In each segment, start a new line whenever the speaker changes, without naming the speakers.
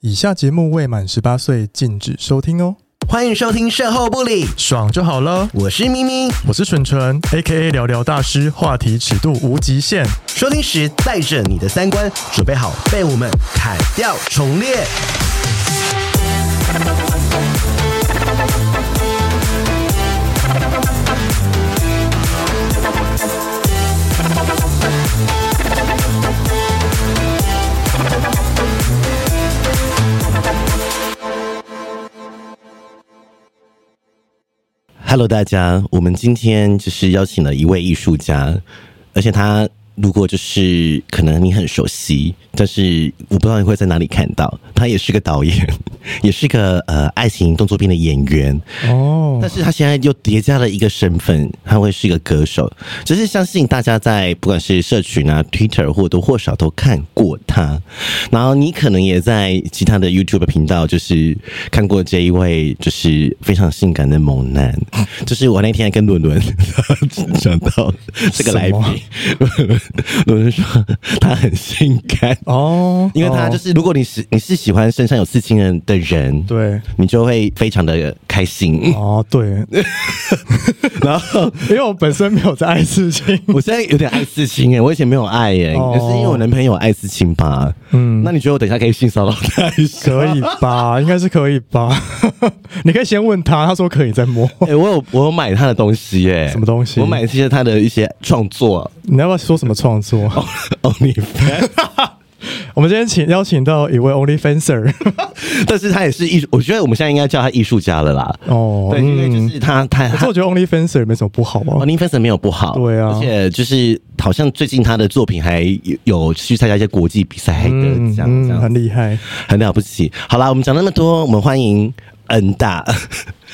以下节目未满十八岁禁止收听哦，
欢迎收听《售后不理》，
爽就好了。
我是咪咪。
我是纯纯，A K A 聊聊大师，话题尺度无极限。
收听时带着你的三观，准备好被我们砍掉重练。Hello，大家，我们今天就是邀请了一位艺术家，而且他如果就是可能你很熟悉，但是我不知道你会在哪里看到，他也是个导演， 也是个呃爱情动作片的演员，
哦
但，是他现在又叠加了一个身份，他会是一个歌手。只是相信大家在不管是社群啊、Twitter 或多或少都看过他，然后你可能也在其他的 YouTube 频道就是看过这一位就是非常性感的猛男。就是我那天还跟伦 伦讲到这个来宾
什么，
伦伦说他很性感。
哦，
因为他就是，如果你是你是喜欢身上有刺青的的人，
哦对，
你就会非常的开心。
哦对，
然后
因为我本身没有在爱刺 青，
我现在有点爱刺青哎，我以前没有爱耶，
哦
可是因为我男朋友爱刺青吧。
嗯
那你觉得我等一下可以性骚扰 他一下？
可以吧？应该是可以吧？ 你可以先问他，他说可以再摸。
哎、我有我有买他的东西耶、
什么东西
我买一些他的一些创作
你要不要说什么创作？
哦 OnlyFans，
我们今天请邀请到一位 OnlyFanser，
但是他也是艺术，我觉得我们现在应该叫他艺术家了啦。
哦，
对，因为哦就是他他
可是
他
我觉得 OnlyFanser 没什么不好啊。
OnlyFans 没有不好，
对啊
而且就是好像最近他的作品还有有去参加一些国际比赛，还得
嗯
奖
嗯，
这样
很厉害。
很了不起。好啦，我们讲那么多，我们欢迎恩大。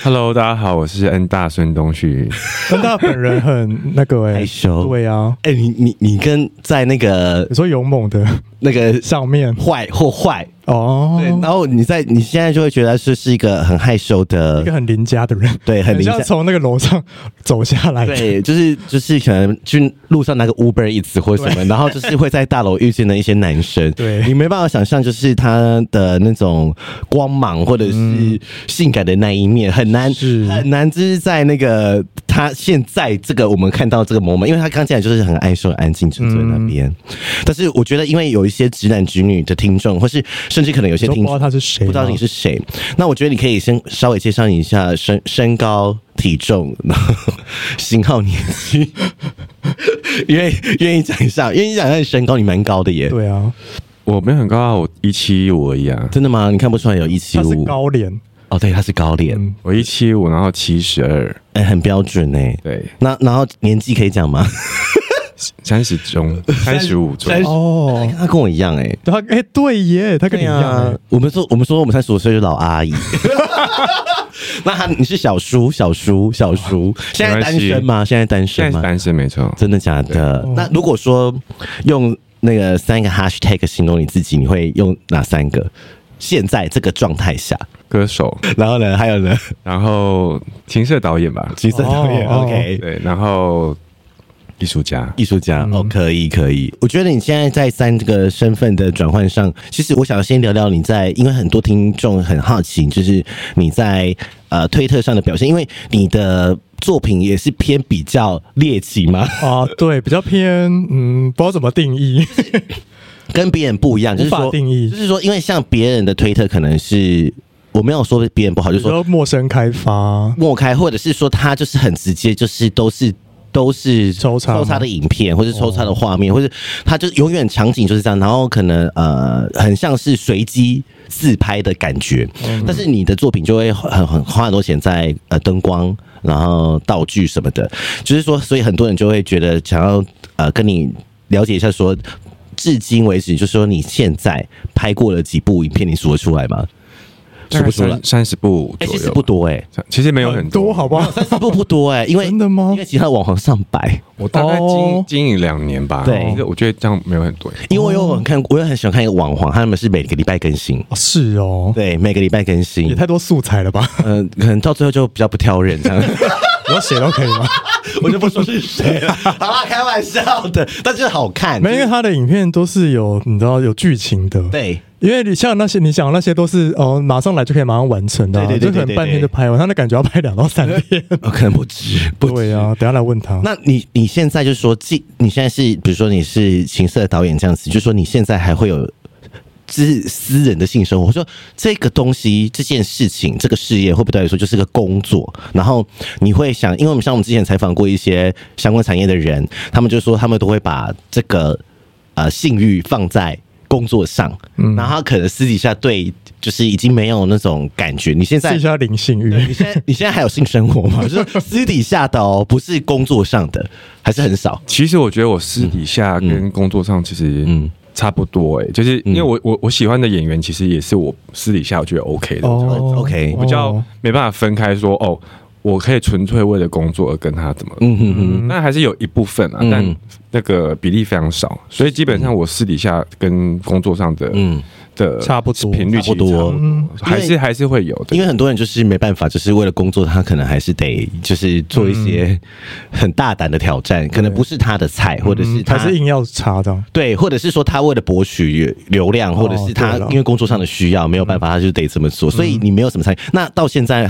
Hello，大家好，我是恩大孙东旭。
但他本人很那个哎、
害羞
对啊，
哎、你你你跟在那个
你说勇猛的
那个
上面
坏或坏，
哦，
对，然后你在你现在就会觉得是是一个很害羞
一个
的，
很邻家的人，
对很邻家
像从那个楼上走下来的，
对，就是就是可能去路上拿个 Uber 一次或什么，然后就是会在大楼遇见的一些男生，
对
你没办法想象就是他的那种光芒或者是性感的那一面，很难
嗯是
很难，就是在那个他现在这个我们看到这个 moment，因为他刚进来就是很爱羞、很安静、纯粹
嗯
那边，但是我觉得因为有一些直男直女的听众，或是甚至可能有些
你都不
听
知道
众
他是谁，啊
不知道你是谁。那我觉得你可以先稍微介绍你一下身身高、体重， 然后型号、年纪。 愿意愿意讲一下，愿意讲一下你身高，你蛮高的耶。
对啊，
我没有很高啊，我一七五而已啊，
真的吗？你看不出来有一七
他是
五
高脸，
哦，对，他是高脸，
嗯
我一七五，然后七十二，
哎、很标准哎。
对，
那然后年纪可以讲吗？
嗯
三十中，三十五中，
三十
哦，
他跟我一样哎、
他哎、对耶，他跟你一样、
啊
欸，，
我们说我们说我们三十五岁是老阿姨。 那他你是小叔小叔小
哦
叔，现在单身吗？现在单身
现在
吗
是？单身没错。
真的假的？那如果说用那个三个 hashtag 形容你自己，你会用哪三个？现在这个状态下，
歌手，
然后呢，还有呢，
然后情色导演吧，
其实导演、
哦
OK，
对，然后艺术家，
艺术家、哦，可以可以。我觉得你现在在三个身份的转换上，其实我想先聊聊你在，因为很多听众很好奇，就是你在呃推特上的表现，因为你的作品也是偏比较猎奇嘛，
啊，对，比较偏，嗯，不知道怎么定义，
跟别人不一样，就是
无法
说
定义
就是说，因为像别人的推特可能是我没有说别人不好，就是
比
说
较陌生开发，
抹开，或者是说他就是很直接，就是都是。都是
抽插吗哦
抽插的影片，或是抽插的画面，或是他就是永远场景就是这样，然后可能呃，很像是随机自拍的感觉。
嗯
但是你的作品就会很很花很多钱在呃灯光，然后道具什么的，就是说，所以很多人就会觉得想要呃跟你了解一下说。至今为止，就是说你现在拍过了几部影片，你数得出来吗？数不出来
三，三十步
哎、
左
其实
右，
不多哎、
其实没有
很
很
多好不 好？
三十步不多哎、因为
真的吗
因为其他网红上百，
我大概
哦
经经营两年吧，
对
其实我觉得这样没有很多。
因为我有看，我有很喜欢看一个网红，他们是每个礼拜更新，
哦是哦，
对，每个礼拜更新
也，太多素材了 吧？
嗯、可能到最后就比较不挑人这样。
我要写都可以吗？
我就不说是谁了， 好啦，开玩笑的，但是好 看，
没有，因为他的影片都是有你知道有剧情的，。
对，
因为你像那些你想的那些都是哦，马上来就可以马上完成的啊、
对对对对
就可能半天就拍完，他那感觉要拍两到三天。
呃可能不止，不止。
对啊，等一下来问他。
那你你现在就说，既你现在是比如说你是情色导演这样子，就说你现在还会有私私人的性生活，我说这个东西这件事情这个事业会不会对来说就是个工作？然后你会想，因为我们像我们之前采访过一些相关产业的人，他们就说他们都会把这个呃性欲放在。工作上，然后他可能私底下对，就是已经没有那种感觉。你现在
试一下灵性
对你
欲，
现在 你现在还有性生活吗？ 就是私底下的哦，不是工作上的，还是很少。
其实我觉得我私底下跟工作上其实
嗯
差不多哎、就是因为我我我喜欢的演员其实也是我私底下我觉得 OK 的，
哦
OK，
比较
哦
没办法分开说哦，我可以纯粹为了工作而跟他怎么。
嗯哼哼，
但还是有一部分啊，
嗯
但那个比例非常少，所以基本上我私底下跟工作上的
嗯，
的
差不多
频率其实
差不多
差不多还
因为
是还是会有的
因。为很多人就是没办法，就是为了工作，他可能还是得就是做一些很大胆的挑战，可能不是他的菜，或者是
嗯还
他
是硬要查这样。
对，或者是说他为了博取流量，或者是他
哦对了嗯
因为工作上的需要没有办法，他就得这么做。所以你没有什么参与，那到现在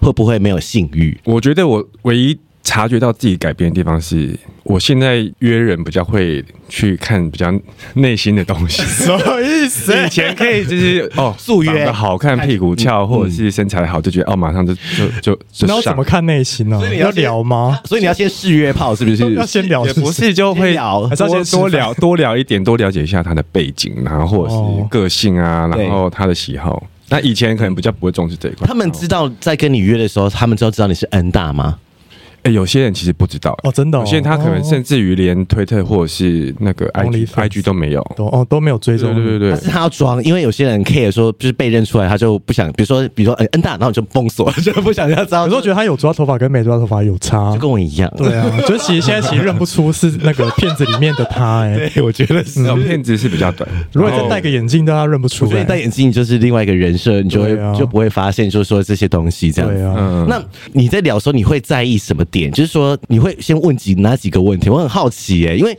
会不会没有性欲？
我觉得我唯一察觉到自己改变的地方是，我现在约人比较会去看比较内心的东西。
什么意思
以前可以就是哦，
素约
长得好看，屁股翘，或者是身材好，就觉得哦，马上就就就就
那要怎
上
么。看内心呢、
以你要
要
先
聊吗？
所以你要先试约炮，是不 是？
要先聊
也
是
不
不是？
是就
先
会
聊
还是要先吃饭
多多 聊多聊一点，多了解一下他的背景，然后或者
哦
是个性啊，
对
然后他的喜好。那以前可能比较不会重视这一块。
他们知道在跟你约的时候，他们知道知道你是 N 大吗？
哎、有些人其实不知道、
哦真的哦哦
有些人他可能甚至于连推特或者是那个 IG
OnlyFans
IG 都没有。
都哦都没有追
对
踪，
对对对
但是他要装，因为有些人 care 说，就是被认出来，他就不想，比如说，比如说，嗯、N 大，然后你就封锁，就不想要知道。
有时候觉得他有抓头发跟没抓头发有差
就。跟我一样，
对啊，就其实现在其实认不出是那个片子里面的他哎、
对，我觉得是。
那种片子是比较短。
如果你
然
再
后
戴个眼镜，大家认不出
所以
来。
戴眼镜就是另外一个人设，你就会、
对啊
就不会发现，就是说这些东西这样
对
子。
啊，
嗯，
那你在聊的时候，你会在意什么点？就是说，你会先问几哪几个问题？我很好奇耶、因为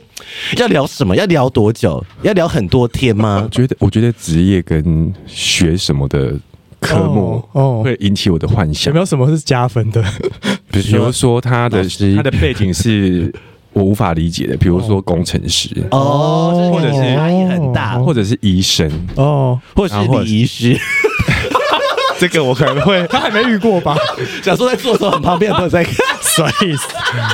要聊什么？要聊多久？要聊很多天吗
我？觉得我觉得职业跟学什么的科目
哦哦
会引起我的幻
有
想
没，有什么是加分的？
比如说他的
老师
他的背景是 我无法理解的，比如说工程师，
哦，就
或者
是
是
差异很大，
或者是医生，
哦，
或者
啊
是
或者是
礼仪师。
这个我可能会
他还没遇过吧？
想说在做的时候，很旁边的朋友在看，
所以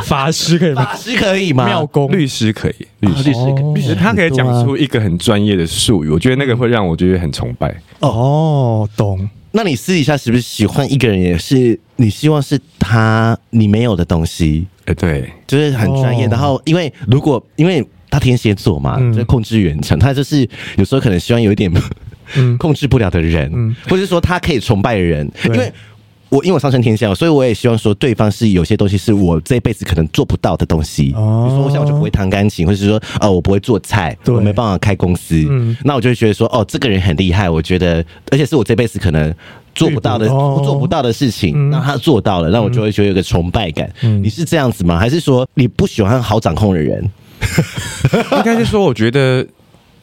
法师可以吗？
法师可以吗？
妙公
律师可以，律师。
哦
律师他可以讲出一个很专业的术语，我觉得那个会让我觉得很崇拜。
哦，懂。
那你私底下是不是喜欢一个人，也是你希望是他你没有的东西，
哎，对，
就是很专业。
哦
然后，因为如果因为他天蝎座嘛，
嗯
就是控制欲很强，他就是有时候可能希望有一点
嗯
控制不了的人，
嗯
或者说他可以崇拜的人，因
对
为。我因为我上升天蝎啊嘛，所以我也希望说对方是有些东西是我这辈子可能做不到的东西。
哦
比如说，我想我就不会弹钢琴，或者是说，哦，我不会做菜，
对
我没办法开公司。
嗯
那我就会觉得说，哦，这个人很厉害，我觉得，而且是我这辈子可能做不到
对
的，
哦
做不到的事情，
嗯
那他做到了，那我就会觉得有个崇拜感。
嗯
你是这样子吗？还是说你不喜欢好掌控的人？
应该是说，我觉得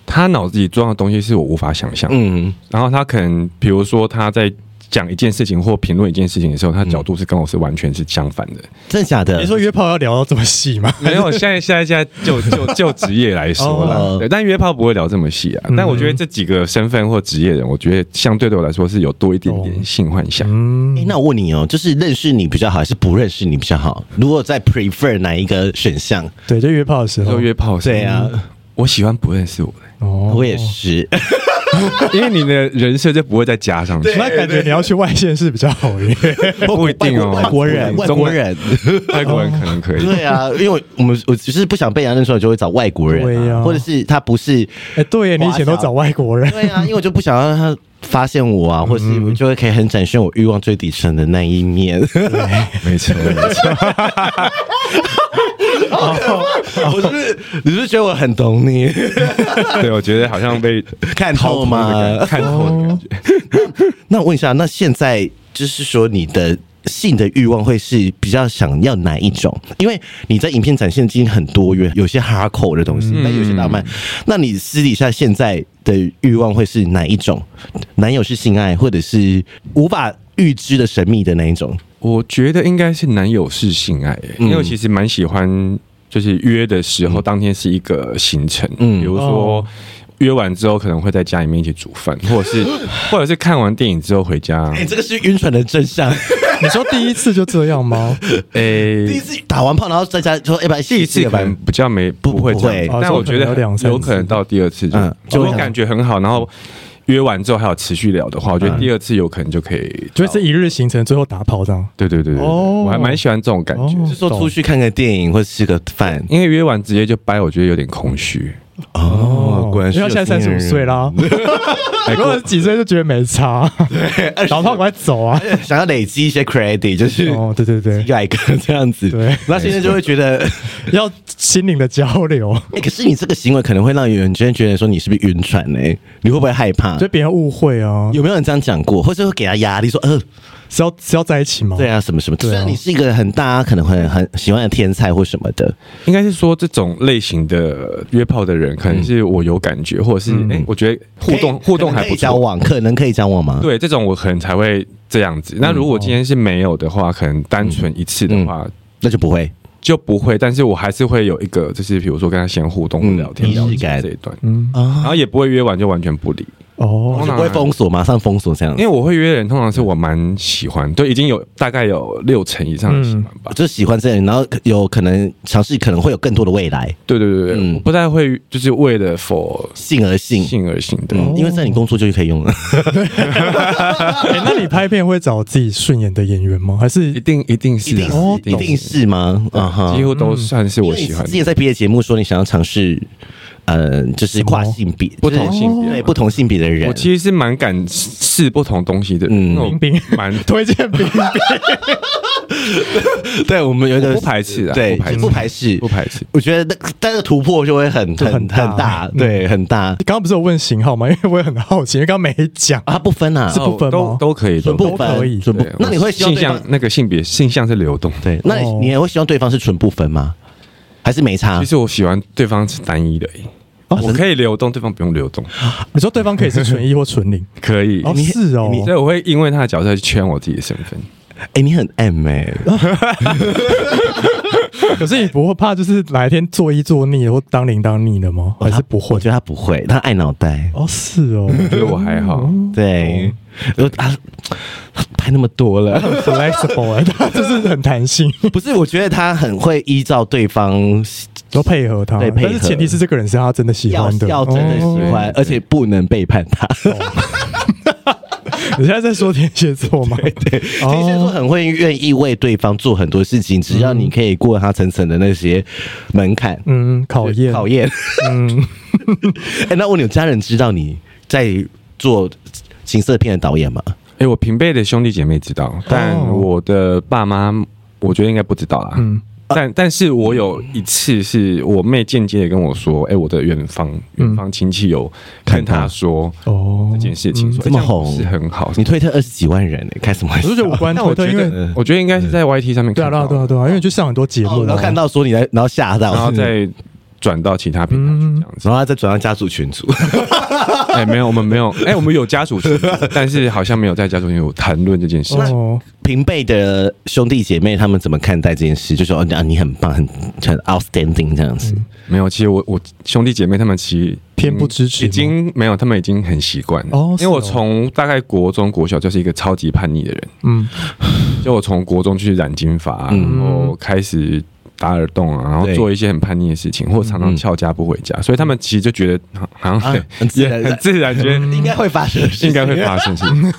他脑子里装的东西是我无法想象。
嗯，
然后他可能，比如说他在讲一件事情或评论一件事情的时候，他角度是跟我是完全是相反的。
真的假的？
你说约炮要聊到这么细吗？
嗯没有，现在现在现在就就 就职业来说
哦
啦，对但约炮不会聊这么细啊。但我觉得这几个身份或职业人，我觉得相对对我来说是有多一点点性幻想。
诶
嗯，
那我问你哦，就是认识你比较好，还是不认识你比较好？如果在 prefer 哪一个选项？
对，就约炮的时
说
候。
约炮是
对啊，
嗯我喜欢不认识我 的，
哦
我也 是，
因为你的人设就不会再加上去。
那感觉你要去外县市比较好一点。
不一定哦
外国人，外
中
国人，
外哦国人可能可以，
对啊，因为我们我只是不想被人家认出来，我就会找外国人、
对啊
或者是他不是
哎，对耶，你以前都找外国人，
对啊，因为我就不想让他发现我
嗯
啊，或是我就会可以很展现我欲望最底层的那一面。
没错，没错，
哦我是不是你是不是觉得我很懂 你？
对我觉得好像 被
看透吗
的感觉看透的感觉，
那我问一下，那现在就是说你的。性的欲望会是比较想要哪一种？因为你在影片展现已经很多元，有些哈口的东西，但有些浪漫。那你私底下现在的欲望会是哪一种？男友是性爱，或者是无法预知的神秘的那一种？
我觉得应该是男友是性爱、欸，
嗯
因为我其实蛮喜欢，就是约的时候，当天是一个行程，
嗯
比如说
哦。
约完之后可能会在家里面一起煮 饭，或者是或者是看完电影之后回家。
哎、这个是晕船的真相。
你说第一次就这样吗？
诶、
第一次打完炮，然后在家说：“哎、欸，把
第一次
吧
可。能比较没
不
不会这
不
样
会，
但
哦
我觉
这可能有
得
两三次
有可能到第二次就
嗯，
如
就
果
会嗯
感觉很好，然后约完之后还有持续聊的话，我觉得第二次有可能就可以。
就是这一日行程最后打炮这样。
对对对对对，
哦
我还蛮喜欢这种感觉，
哦
就说出去看个电影或吃个饭。
因为约完直接就掰，我觉得有点空虚。
哦，果然是
因为现在三十五岁
了，
啦，如果几岁就觉得没差， 然后赶快走啊！
想要累积一些 credit，就是
哦，对对
哎一
对，
个一个这样子。
对
那现在就会觉得，
要心灵的交流，
哎、可是你这个行为可能会让有人真的觉得说你是不是晕船呢、你会不会害怕？
就别人误会啊，
有没有人这样讲过，或者会给他压力说，呃，
是要是要在一起吗？
对啊，什么什么？虽
哦对啊
然你是一个很大家可能会很喜欢的天才或什么的，
应该是说这种类型的约炮的人，可能是我有感觉，或者是哎、诶我觉得互动
可以
互动还
可能可
不
以交
错。
往，可能可以交往吗？
对，这种我可能才会这样子。那如果今天是没有的话，可能单纯一次的话
那就不会。
就不会，但是我还是会有一个，就是比如说跟他先互动、
嗯
聊天、
仪式
聊
感
天这一段，
嗯，
然后也不会约完就完全不理，
哦，
就不会封锁，马上封锁这样
因。为我会约的人，通常是我蛮喜欢，对，已经有大概有六成以上的喜欢吧。
就喜欢这样，然后有可能尝试，可能会有更多的未来，
对对对对，
嗯
我不太会就是为了 for
性而性，
性而性的。
嗯，因为在你工作就可以用了。
哎，那你拍片会找自己顺眼的演员吗？还
一
是
定 一定是 啊
哦，一定是吗？啊哈
几，乎都算是
嗯因
我
为你
喜欢
之
的
前在毕业节目说你想要尝试，呃，就是跨性别，
不同性别
对
嘛。
不同性别的人。
我其实是蛮敢试不同东西的，
嗯
嗯，我
冰冰
蛮
推荐冰冰？
对我们有一个
我不排斥啊
对
不排，斥
不排斥
不。排斥。
我觉得那但是突破就会很
就
很
很
很
大
大，
嗯
对，很大
刚刚不是有问型号吗？因 为我也很好奇，因为刚刚没讲。
啊，不分啊
是，不分吗
哦都都可以，
纯不
都
都可
分，
以
纯不
对。
那你会希望
性
对
向
方
那个性别性向是流动的。
对？那你
哦
你也会希望对方是纯不分吗？还是没差
其？实我喜欢对方是单一的耶、我可以流动，对方不用流动，
你说对方可以是纯一或纯 零？
可以。
哦，是哦，
所以我会因为他的角色去圈我自己的身份，
哎，你很 M 哎，
可是你不会怕就是哪一天做一做腻或当零当腻的吗？还是哦不会
我？觉得他不会，他爱脑袋。
哦，是哦，
所以我还好。
对，呃啊，拍那么多 了，
很 flexible，欸他就是很弹性，
不是？我觉得他很会依照对方
都配合他。
对配合
但是前提是这个人是他真的喜
要
欢的，
要真的喜欢，而且不能背叛他。
哦。 你现在在说天蝎座吗？对
天蝎座很会愿意为对方做很多事情，只要你可以过他层层的那些门槛
嗯，考验，
考，验。
嗯，
哎，那我有家人知道你在做情色片的导演吗？
哎、我平辈的兄弟姐妹知
哦
道，但我的爸妈我觉得应该不知道啦。
嗯
但但是我有一次是我妹间接的跟我说，哎、我的远房
嗯
远方亲戚有跟她说
哦
这件事情，说、
这
哎
么
样不
红
是很好。
你推特二十几万人、欸，开什么玩
我就？
笑
觉得无 关啊
但我
推
觉
特，因为
得，我觉得应该是在 YT 上面
对啊，对
看到
啊，对啊，对啊，因为就上很多节目
哦
啊，
然后看到说你来，然后吓到，
然
哦
后再
然
转到其他平台
嗯
去这样子。
后他再转到家族群组。
哎、没有，我们没有，哎、我们有家属群 组，但是好像没有在家属群组谈论这件事。
哦，
平辈的兄弟姐妹他们怎么看待这件事？就说哦啊，你很棒，很很 outstanding 这样子。
没有，其实我我兄弟姐妹他们其实嗯
偏不支持吗
已经没有，他们已经很习惯了
哦是
因为
哦
我从大概国中、国小就是一个超级叛逆的人，
嗯，
就我从国中去染金发、啊然后开始打耳洞啊，然
嗯
后
对嗯
做一些很叛逆的事情，或者常常翘家不回家，所以他们其实就觉得好好像
啊很自
也
然 嗯
很自然，觉得
应该会发生的事情，
应该会发生 事情。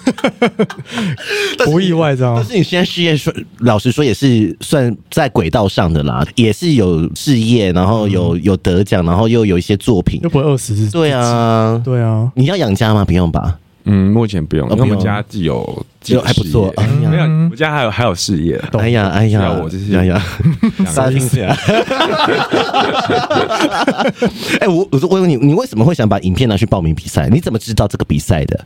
不意外这样
但，是你现在事业说，老实说也是算在轨道上的啦，也是有事业，然后有有得奖，然后又有一些作品
又。不会饿死自己，
对，啊，
对啊，
你要养家吗？不用吧。
嗯，目前不用，
哦
因为我
不
们
用
家既有既
就还不
事
错
业。嗯
哎
没有，
呀，
我们家还有还有事业，啊
哎呀，哎
需要
呀，
我就是
哎呀，
三
下。哎，我我我问你，你为什么会想把影片拿去报名比赛？你怎么知道这个比赛的？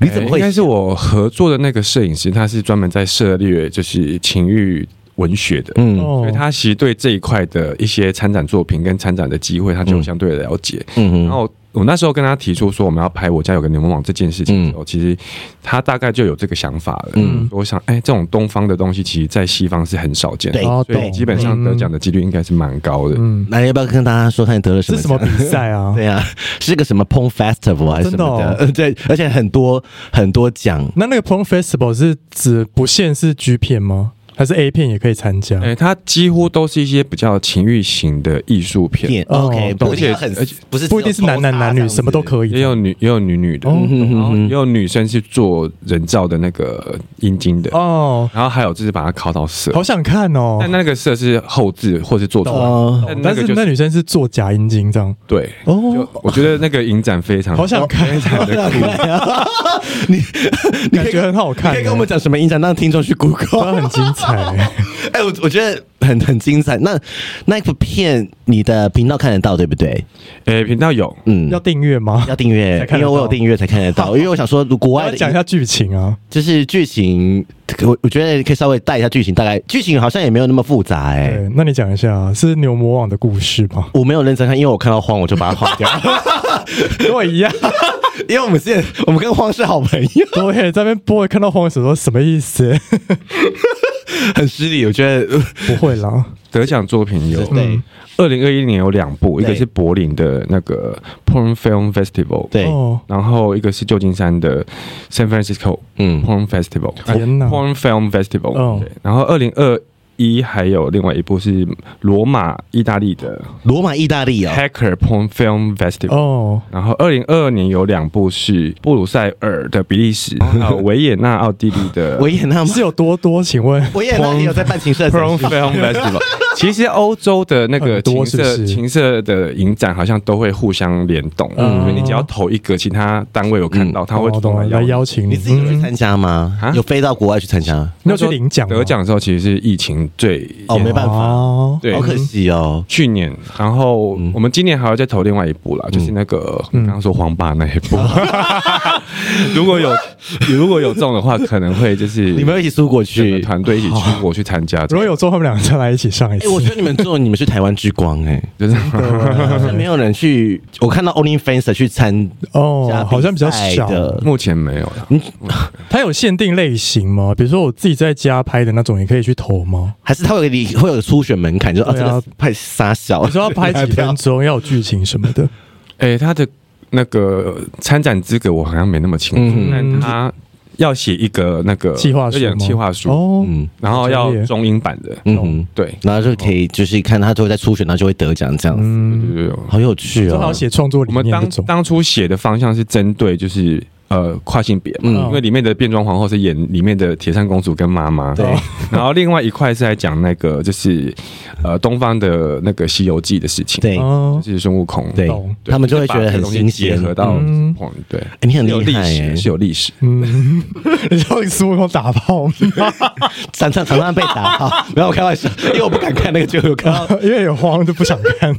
你怎么
哎
会
应该是我合作的那个摄影师，他是专门在涉猎就是情欲文学的，
嗯
所
哦
以，他其实对这一块的一些参展作品跟参展的机会，他就有相对的了解。
嗯
然后我那时候跟他提出说我们要拍《我家有个牛魔王》这件事情的时候，
嗯
其实他大概就有这个想法了。
嗯
嗯，我想，哎、这种东方的东西，其实在西方是很少见的
对，
哦
哎所以
懂
基本上得奖的几率应该是蛮高的。
嗯，
那要不要跟大家说看你得了什
是
么
什
奖？
么比赛 啊？
对啊，是个什么 Pong Festival 啊还是什么的？
真哦
对，而且很多很多奖。
那那个 Porn Festival 是指不限是 G 片吗？还是 A 片也可以参加？
哎、他几乎都是一些比较情欲型的艺术片，
片 OK，
懂
不一定很
而且
不是
哦不一定是男男男女，什么都
以。
可以。
也有女也有女女的，
哦
嗯
然后也有女生是做人造的那个阴茎的，
哦，
然后还有就是把它烤到色，
好想看哦。
但那个色是后置或是做出来的，
哦，
哦
那
但
个
是
就是
那女生是做假阴茎这样。
对。就
哦，
我觉得那个影展非常
好想看
哦非常的酷，
你 你可
感
以
觉很好
你
看。
可以跟我们讲什么影响，让听众去 Google。
哎，很精彩。 欸
哎、我我觉得很很精彩。那那部片你的频道看得到对不对？
诶，频道有，
嗯，
要订阅吗？
要订
才
阅，因
看得
为
到
我有订阅才看得到。因为我 想说，国外
要
的
讲一下剧情啊。
就是剧情，我我觉得可以稍微带一下剧情，大概剧情好像也没有那么复杂哎、？
对，那你讲一下是牛魔王的故事吧
我没有认真看，因为我看到慌，我就把它划掉。
跟我 一样，
因为我们现在我们跟慌是好朋友，
对，在那边播看到黄伟哲说什么意思？
很失礼。我觉得
不会 啦，
得奖作品有，
对
二零二一年有两部，一
对
个是柏林的那个 Porn Film Festival，，
对，
哦，
然后一个是旧金山的 San Francisco
嗯
Porn Festival，
天哪
p o r n Film Festival，、
哦
对，然后二零二一还有另外一部是罗马意大利的
罗马意大利哦，
Hacker Porn Film Festival，、
哦，
然后二零二二年有两部是布鲁塞尔的比利时，
哦
还有 维也纳奥地利的
维也纳吗
是？有多多？请问
维也纳也有在办情色
Porn
展
Film Festival。其实欧洲的那个
很多
情
是不
色
是
情色的影展好像都会互相联动，
嗯
所以你只要投一个，其他单位有看到，他会
哦
主动
懂了来
来
邀
邀你。
请
你自己有去
嗯
参加吗？
啊
有飞到国外去参加？
你有去领奖吗啊
得奖的时候，其实是疫情最
哦，没办法，
哦，
对
好可惜哦。
去年，然后
嗯
我们今年还要再投另外一部啦，就是那个
嗯
刚刚说黄爸那一 部。如果有如果有中的话，可能会就是
你们要一起出国
整个
去？
团队一起
哦
出国去参加这
如
个，
果有做，他们两个再来一起上一
哎、
次。
我 觉得你们做，你们是台湾之光哎、
就是
是没有人去。我看到 OnlyFans 去参加
哦，好像比较
比赛
少。
的
目前没有了。
嗯它有限定类型吗？比如说我自己在家拍的那种，也可以去投吗？
还是他会有你会有初选门槛，就说啊，
对
这
啊
个太傻小，
你说要拍几
还
分
不
钟，要有剧情什么的。
哎，他的那个参展资格我好像没那么清楚
嗯，
但他要写一个那个
计划
有
书
点
吗？
计划书，
要？
哦，
嗯
然后
专
要
业
中英版的，
嗯
哦
哼，
对，
然后就可以就是看他最后在初选，然后就会得奖这样子，
嗯，
就是
好有趣
正好
哦。
写创作理
我们
念
当
这 种。
当初写的方向是针对就是呃跨性别嘛，
嗯
因为里面的变装皇后是演里面的铁扇公主跟妈妈，
对，
然后另外一块是在讲那个就是呃东方的那个《西游记》的事情，，
对
哦，
就是孙悟空，
对
懂，
他们就会觉得
把这
很
个东西
新
结
鲜。
合到
嗯
嗯，对，
哎你很
有
厉
历
害耶
史，是，有历史，
嗯，你知道孙悟空打炮吗？
常常常常被打 到，没有我开玩笑，因为我不敢看那个就有看到。
因为有慌就不想看。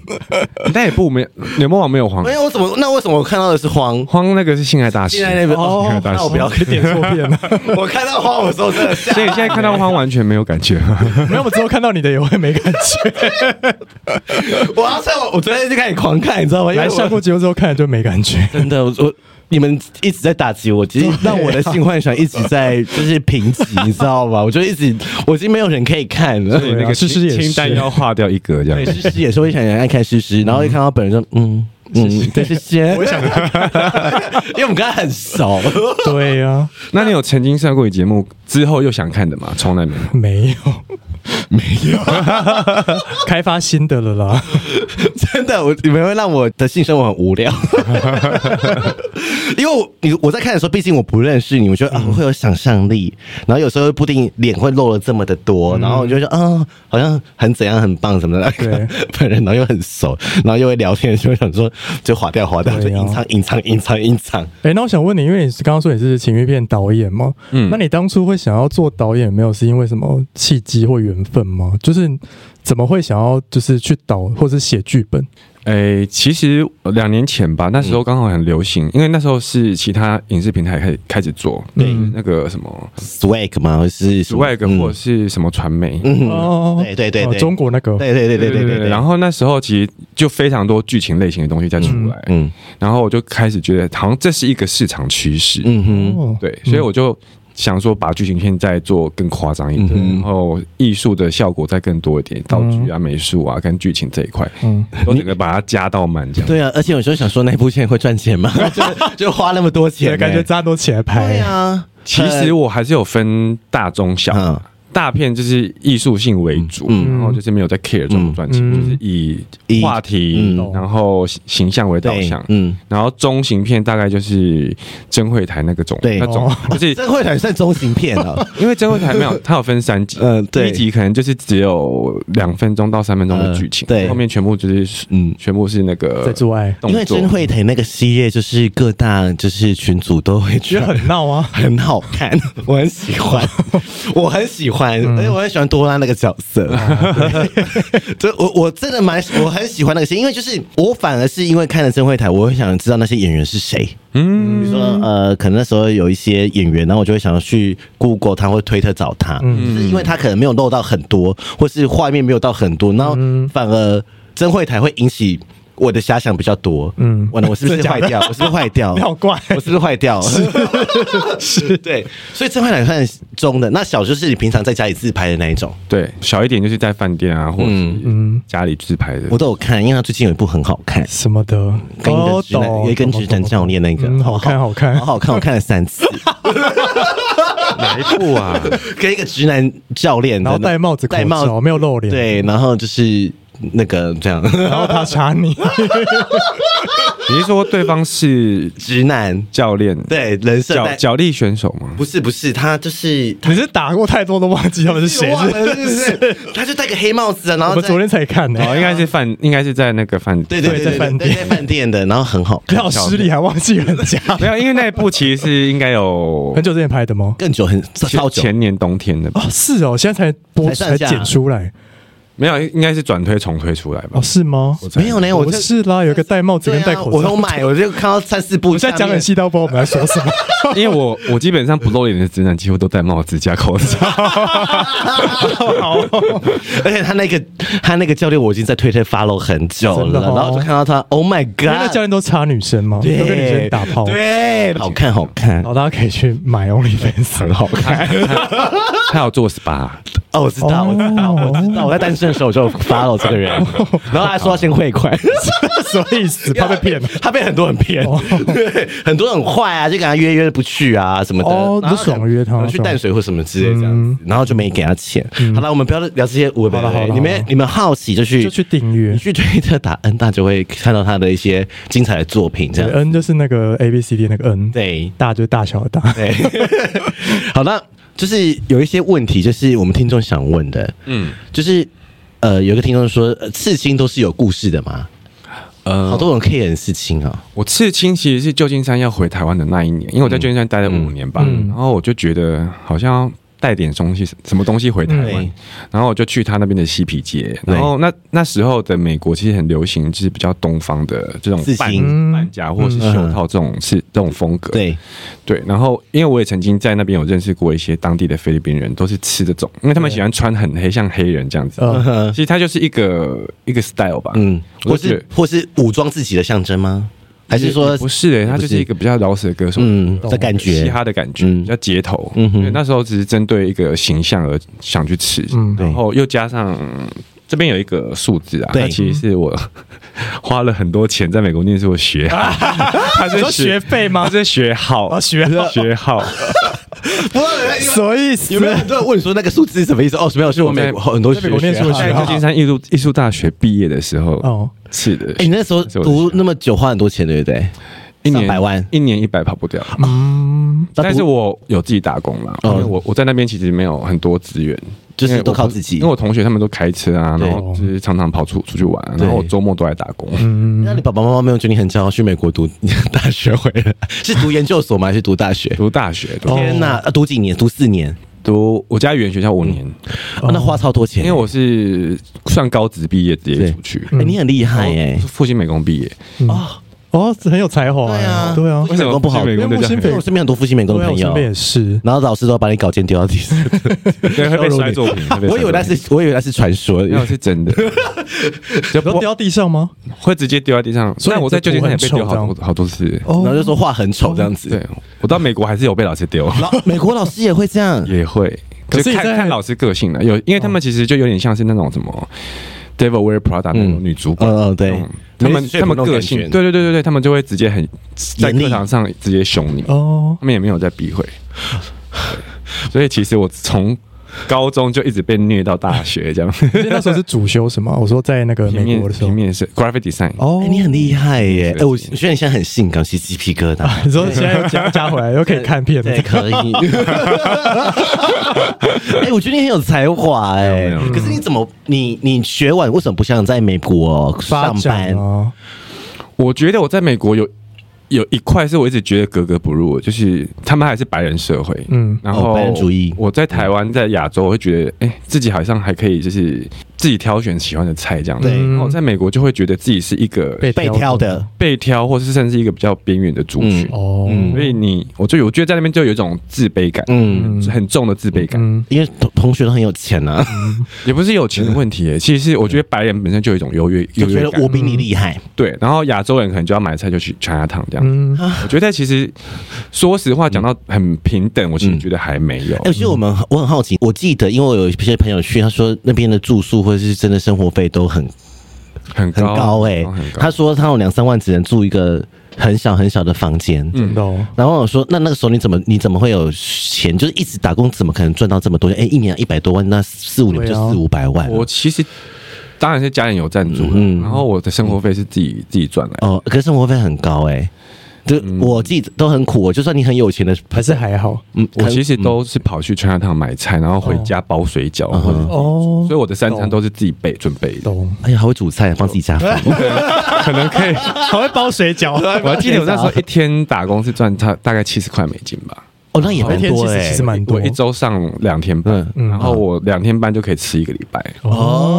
但也不没牛魔王没有黄
没哎有，我怎么那为什么我看到的是 荒？
黄那个是性爱大师
现，在那边
哦
哦，那我不要看
点错片了，
我看到荒我说真的吓
所以现在看到黄完全没有 感觉，
没有，我之后看到你的也会没感觉。
我要趁我我昨天就开始狂看，你知道吗？因为
来上
哎我
过节目之后看了就没感觉。
真的我我你们一直在打击我，其实让我的性幻想一直在就是贫瘠，你知道吗？我就一直我已经没有人可以看了。
所以那
对啊
个
诗诗也是
清单要划掉一格这
对，
样。
诗诗也是会想很爱看诗诗，然后一看到本人就嗯嗯，对，谢谢。我想，因为我们跟他很熟，
对呀，
那你有曾经上过一节目之后又想看的吗？从来没有。
没有，没有，开发新的了啦。
真的，我你们会让我的性生活很无聊，因为我你我在看的时候，毕竟我不认识你，我觉得啊会有想象力，然后有时候不定脸会露了这么的多，然后我就说啊好像很怎样很棒什么的，
对
本人然后又很熟，然后又会聊天，就想说就划掉划掉，就
对啊
隐藏隐藏隐藏隐藏，
哎、那我想问你，因为你是刚刚说你是情欲片导演嘛，
嗯
那你当初会想要做导演，没有是因为什么契机或缘分吗？就是怎么会想要就是去导或是写剧本？
诶、其实呃两年前吧，那时候刚好很流
嗯
行，因为那时候是其他影视平台开始开始做，
对
嗯那个什么
swag 嘛，或是嗯什么
swag 或者是什么传媒，
嗯嗯，
哦
对对对
哦
对，
中国那个，
对对对对对对对，
然后那时候其实就非常多剧情类型的东西在出来，
嗯
然后我就开始觉得好像这是一个市场趋势，
嗯哼
哦，
对，所以我就想说把剧情片再做更夸张一
嗯
点，
哼嗯
然后艺术的效果再更多一点，道具啊、美术啊跟剧情这一块，
嗯，
都整个把它加到满这样。
对啊，而且有时候想说那部片会赚钱吗？ 就就花那么多钱、
对，感觉
欸
大家都起来拍，
对啊，
其实我还是有分大中小，
嗯
大片就是艺术性为主，
嗯
然后就是没有在 care 赚不赚钱，
嗯
就是以
以
话题，
嗯
然后形象为导
对
向。
嗯，
然后中型片大概就是真会台那个种，
对
那种
哦
就 是
这会很算中型片啊，
因为真会台没有，它有分三集，
嗯对
第一集可能就是只有两分钟到三分钟的剧情，
嗯对
后面全部就是
嗯
嗯，全部是那个
在做 爱，
动
因为
作
真会台那个系列就是各大就是群组都会
觉
觉
得
得。
很闹啊
很好 看，我很喜 欢，我很喜欢，而且我很喜欢多拉那个角色。 对就我我真的蛮我很喜欢那个戏，因为就是我反而是因为看了真会台，我会想知道那些演员是谁。
嗯，
比如说呃，可能那时候有一些演员，然后我就会想要去 Google 他或推特找他，
嗯
就是因为他可能没有漏到很多，或是画面没有到很多，然后
嗯
反而真会台会引起。我的遐想比较多，嗯
嗯，
完了，我是不
真的
是
假
坏
的
掉？我是不是 坏掉？
你好怪
我是不是坏掉？ 是，对，所以真会台算中的，那小就是你平常在家里自拍的那一种，
对，小一点就是在饭店啊，或者
嗯
是家里自拍的
嗯我，都有看，因为他最近有一部很好看，
什么的，
跟一个
哦
直男，
懂
有一跟直男教练那个，
嗯好看好看
好好看，我看了三次。
哪一部啊？
跟一个直男教练，
然后戴帽子口
戴帽
罩，没有露脸，
对，然后就是那个这样，
然后他查你，
你是说对方是
直男
教练，
对啊人设
脚
戴
脚力选手吗？
不是不是，他就是
你是打过太多都忘记他们是谁？
忘
是
了是不是？ 他就戴个黑帽子啊，然
我
后
们
在
昨天才看呢、
哦，应该是饭，应该是在那个饭
对
店。
对对
对
对
在饭
对
店
在饭店的，然后很好
不
看，
要失礼，还忘记人家。
没有，因为那一部其实是应该有
很久之前拍的吗？
更久很
前
超久，
前年冬天的吧，
哦，是哦，现在才播
才上
才
架
剪出来
没有，应该是转推重推出来吧
哦，。是吗？
没有呢，我
不
这
是啦，有一个戴帽子
对
跟戴
啊，
口
我
罩。
有买，我就看到三四部
我现
下面，
在讲很细，到不知道我们在说什 么。
因为我我基本上不露脸的直男几乎都戴帽子加口罩，
而且他那个他那个教练，我已经在推特 follow 很久
真的
了，
哦
然后就看到他，Oh my
因为那教
God，
练都插女生嘛，都
对，
跟女生打炮。
对，好看好看
然，后大家可以去买 OnlyFans，很 好看。
他有做 SPA，
哦，我知道，我知道，我知道，我在单身的时候我就 follow 这 个人，然后他说要先汇款，
什么意思？怕被骗了。哦
他被很多人骗，对， 很多人很坏啊，就跟他约约不去啊什么的，
哦
然后
就爽约他嗯
去淡水或什么之类这样子，然后就没给他钱。好了，我们不要聊这些无的
好了好了
你
好
们
了
你们好奇就去
就去订阅
你去推特打 N 大就会看到他的一些精彩的作品，这
对
样
，N 就是那个 A B C D 那个 N，，
对。
大就是大小的大。
对， 好那就是有一些问题，就是我们听众想问的，嗯，就是呃，有一个听众说，呃刺青都是有故事的嘛？
呃
好多人 care 刺青啊、
我刺青其实是旧金山要回台湾的那一年，因为我在旧金山待了五年吧，然后我就觉得好像要带点东西，什么东西回台湾，
嗯
然后我就去他那边的嬉皮街，
对
然后那那时候的美国其实很流行，就是比较东方的这种
刺
半
青
半夹或者是
嗯
袖套这种是这种风格，
对，
对。然后因为我也曾经在那边有认识过一些当地的菲律宾人，都是吃这种，因为他们喜欢穿很黑，像黑人这样子。
呃，
嗯
其实它就是一个一个 style 吧，
嗯，
我
或
就觉得
是或是武装自己的象征吗？还是说
也不是诶、欸它
不
就是一个比较饶舌的歌手，
嗯的感
嘻
觉？
哈的感觉，
嗯
比较街头。
嗯
嗯
哼
那时候只是针对一个形象而想去吃，
嗯
对
然后又加上嗯这边有一个数字啊，
对
那其实是我 花了很多钱在美国念书的学
啊
号，他
你说学费吗
他是学号，
哦学号
学号，
不
什么意思？
有没有很多人问说那个数 字是什么意思？哦，没有，是我美国
我在
很多
在美国
学
念书
校
的学
在旧金山艺术艺术大学毕业的时候，
哦，
是的，
哎、你那时候
是我的学
读那么久，花很多钱，对不对？
一年
上百万
一年一百跑不掉。
嗯，
那
但
读
是我有自己打工啦，
哦
因为我我在那边其实没有很多资源，
就是
因为我
都靠自己
因为我同学他们都开车啊，
对
然后就是常常跑出出去玩，啊
对嗯
然后我周末都在打工。
嗯
那你爸爸妈妈没有觉得你很骄傲去美国读 大学回来？是读研究所吗？还是读 大学？
读大学，
哦
读
天哪、啊读几年？读四年，
读我家语言学校五年，
哦那花超多钱。
因为我是算高职毕业直接出去，
嗯
哎、你很厉害哎、
然后复兴美工毕业，
哦，
哦，是很有才华
对
哎，
啊
对啊，
为什么不好
复兴美工
因为复
就
兴
这样
因为我身边很多复兴美工
对啊，
的朋
我
友
身，边也是，
然后老师都把你稿件丢到地 上。
对，会被摔作品。会被摔作 品
我以为那是，我以为那是传说。
没有是 真的，就
然后
不
掉到地上吗？
会直接丢在地上。
所以
但我在
这
旧
图
金山也被
很丑
丢好
这
多好多次。
哦
然后就说画很丑这样子。
对，我到美国还是有被老师丢，
老美国老师也会这样，
也会。
可
就是看
你在
看老师个性了，有因为他们其实就有点像是那种什么 Devil Wear Prada 那种女主管，
嗯嗯对
那种他
没
们
睡
他
不
们
那种
个
感
性
觉，
对对对对对，他们就会直接很在
严厉
课堂上直接凶你，
哦，
他们也没有在避讳。对所以其实我从高中就一直被虐到大学这样。
所以那时候是主修什么？我说在那个
平
美
面
国的时候
平，面是 Graphic Design，
哦
哎，你很厉害耶！
嗯
哎，我我觉得你现在很性感，起鸡皮疙瘩。
你说现在又加加回来，又可以看片了
对，。可以。 哎，我觉得你很有才华哎
没有没，有
可是你怎么，你你学完为什么不想在美国
发
上
展
班？
啊，
我觉得我在美国有有一块是我一直觉得格格不入的，就是他们还是白人社会，
嗯
然后
哦白人主义
我在台湾在亚洲，我会觉得哎、自己好像还可以，就是自己挑选喜欢的菜这样子。
对
然后我在美国就会觉得自己是一个
被挑的，
被挑，或是甚至一个比较边缘的族群
嗯，
哦，
嗯
所以你我就有我觉得在那边就有一种自卑感，
嗯，
很重的自卑感，
嗯
因为同同学都很有钱啊，
也不是有钱的问题、欸，其实是我觉得白人本身就有一种优越
就
优
嗯觉
越
得
感嗯
我，比你厉害。
对，然后亚洲人可能就要买菜就去 China Town 这样子。
嗯，
我觉得其实，说实话，讲到很平等，我其实觉得还没有
哎、。其实我们我很好奇，我记得因为我有一些朋友去，他说那边的住宿或者是真的生活费都很
很
很
高哦
高哎、
很高
他说他有两三万只能住一个很小很小的房间。
嗯
真的哦，
然后我说，那那个时候你怎么你怎么会有钱？就是一直打工，怎么可能赚到这么多钱？哎，一年一百多万，那四五年
对啊
就四五百万了。
我其实当然是家人有赞助啦，
嗯
然后我的生活费是自己自己
嗯
赚来的。
哦，可是生活费很高哎、就我自己都很苦。我就算你很有钱的，
还是还好
嗯，
我
很
其实都是跑去 China Town 买菜，然后回家包水饺，或者
哦
所以我的三餐都是自己备准备的。
懂，
哎呀，还会煮菜，帮自己加 分。
可能可以，
还会包水 饺，
我还记得我那时候一天打工是赚差大概七十块美金吧，
哦，那也
那
蛮
天
多
其
哎、
实其实蛮多
我欸一周上两天班，
嗯
然后我两天班就可以吃一个礼拜。
哦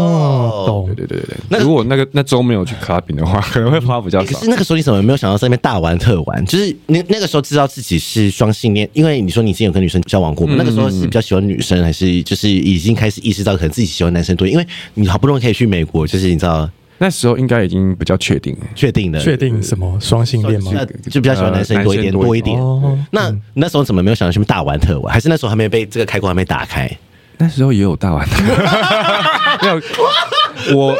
哦，
懂，
对对对对
那
对，如果那个那周没有去 clubbing 的话，可能会花比较
欸
少
可是。那个时候你怎么没有想到在那边大玩特玩？就是那那个时候知道自己是双性恋，因为你说你已经有跟女生交往过嘛，那个时候是比较喜欢女生，还是就是已经开始意识到可能自己喜欢男生多？因为你好不容易可以去美国，就是你知道
那时候应该已经比较确定了，
确定的，
确定什么双性恋吗？
那就比较喜欢男生多一点，
呃男生
多
多
一
一
点
点。
哦，
那那时候怎么没有想到去大玩特玩？还是那时候还没被这个开关还没打开？
那时候也有 大玩的，没有。我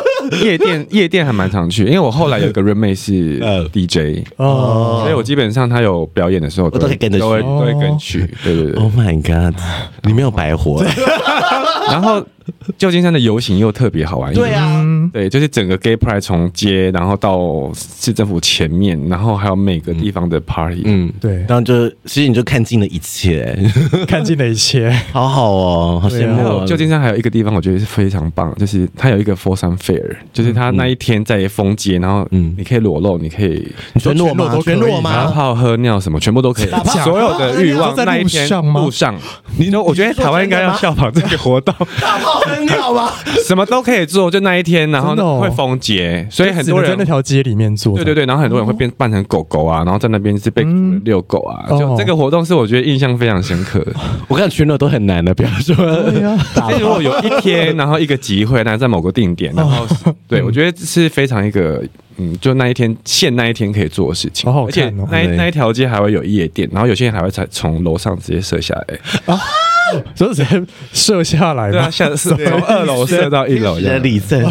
夜店夜店还蛮常去，因为我后来有一个 roommate 是
呃
DJ，
哦，
所以我基本上他有表演的时候，
我都可以跟着去哦
都会都会跟去。对对对
Oh。my god！你没有白活，
然后旧金山的游行又特别好玩，因为
对啊，
嗯
对，就是整个 Gay Pride 从街，然后到市政府前面，然后还有每个地方的 party，
嗯，
对
然，后就其实你就看尽了一切，
看尽了一切，
好好哦，好羡
还
慕
有
哦。
旧金山还有一个地方，我觉得是非常棒，就是它有一个 For Sun Fair，就是它那一天在封街，然后
嗯
你可以裸露，你可以
你全裸吗？
全
全
裸
裸
吗
吗？
打炮、喝尿什么，全部都可以，
炮
所有的欲望
都在路
那一天
上吗
路上，你我觉得台湾应该要效仿这个活 动，
打炮很尿吗？
什么都可以做，就那一天，然后
真的哦
会封街，所以很
只
多
能在
人
那。条街里面做，
对对对，然后很多人会
嗯
变扮成狗狗啊，然后在那边是被主人遛狗啊，就
哦
这个活动是我觉得印象非常深刻的。
我看全裸都很难的，不要说
对呀，
所以如果有一天，然后一个集会，那在某个定点，然后是对我觉得这是非常一个嗯，就那一天现那一天可以做的事情，
好好
而且
看哦
那一
对
那一条街还会有夜店，然后有些人还会才从楼上直接射下来，
就直接射下来
对啊，
嘛。
下是从二楼射到一楼这样，
李正，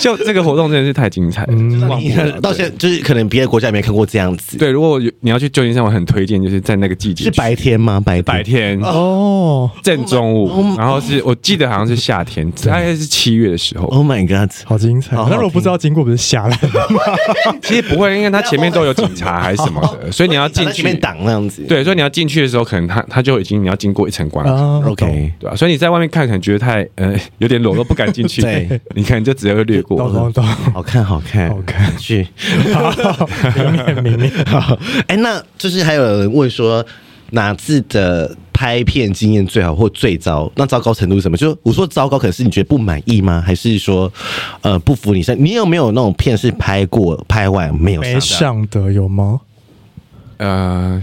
就这个活动真的是太精彩了。
嗯，
忘不了
到现在就是可能别的国家也没看过这样子。，
对，如果有你要去旧金山，我很推荐，就是在那个季节
是
去
白天吗？白天
白天
哦
正中午，
Oh
然后是我记得好像是夏天，大概是七月的时候。
，Oh my God！
好精彩！
好好
那如果不知道经过，不是瞎来吗？
其实不会，因为它前面都有警察还是什么的，所以你要进
在前面
去。
挡那样子。
对，所以你要进去的时候，可能他他就已经你要经过一层关卡。
啊
，OK，
对吧、所以你在外面看，可能觉得太呃有点裸露，不敢进 去。
对，
你可能就直接会略 过。
懂懂懂，
好看，好看，
好看
去。
明面明面。
哎，那就是还有人问说，哪次的拍片经验最好或最糟？那糟糕程度是什么？就我说糟糕，可能是你觉得不满意吗？还是说，呃，不服你上？你有没有那种片是拍过拍完没有
没
上的？
上的有吗？
呃，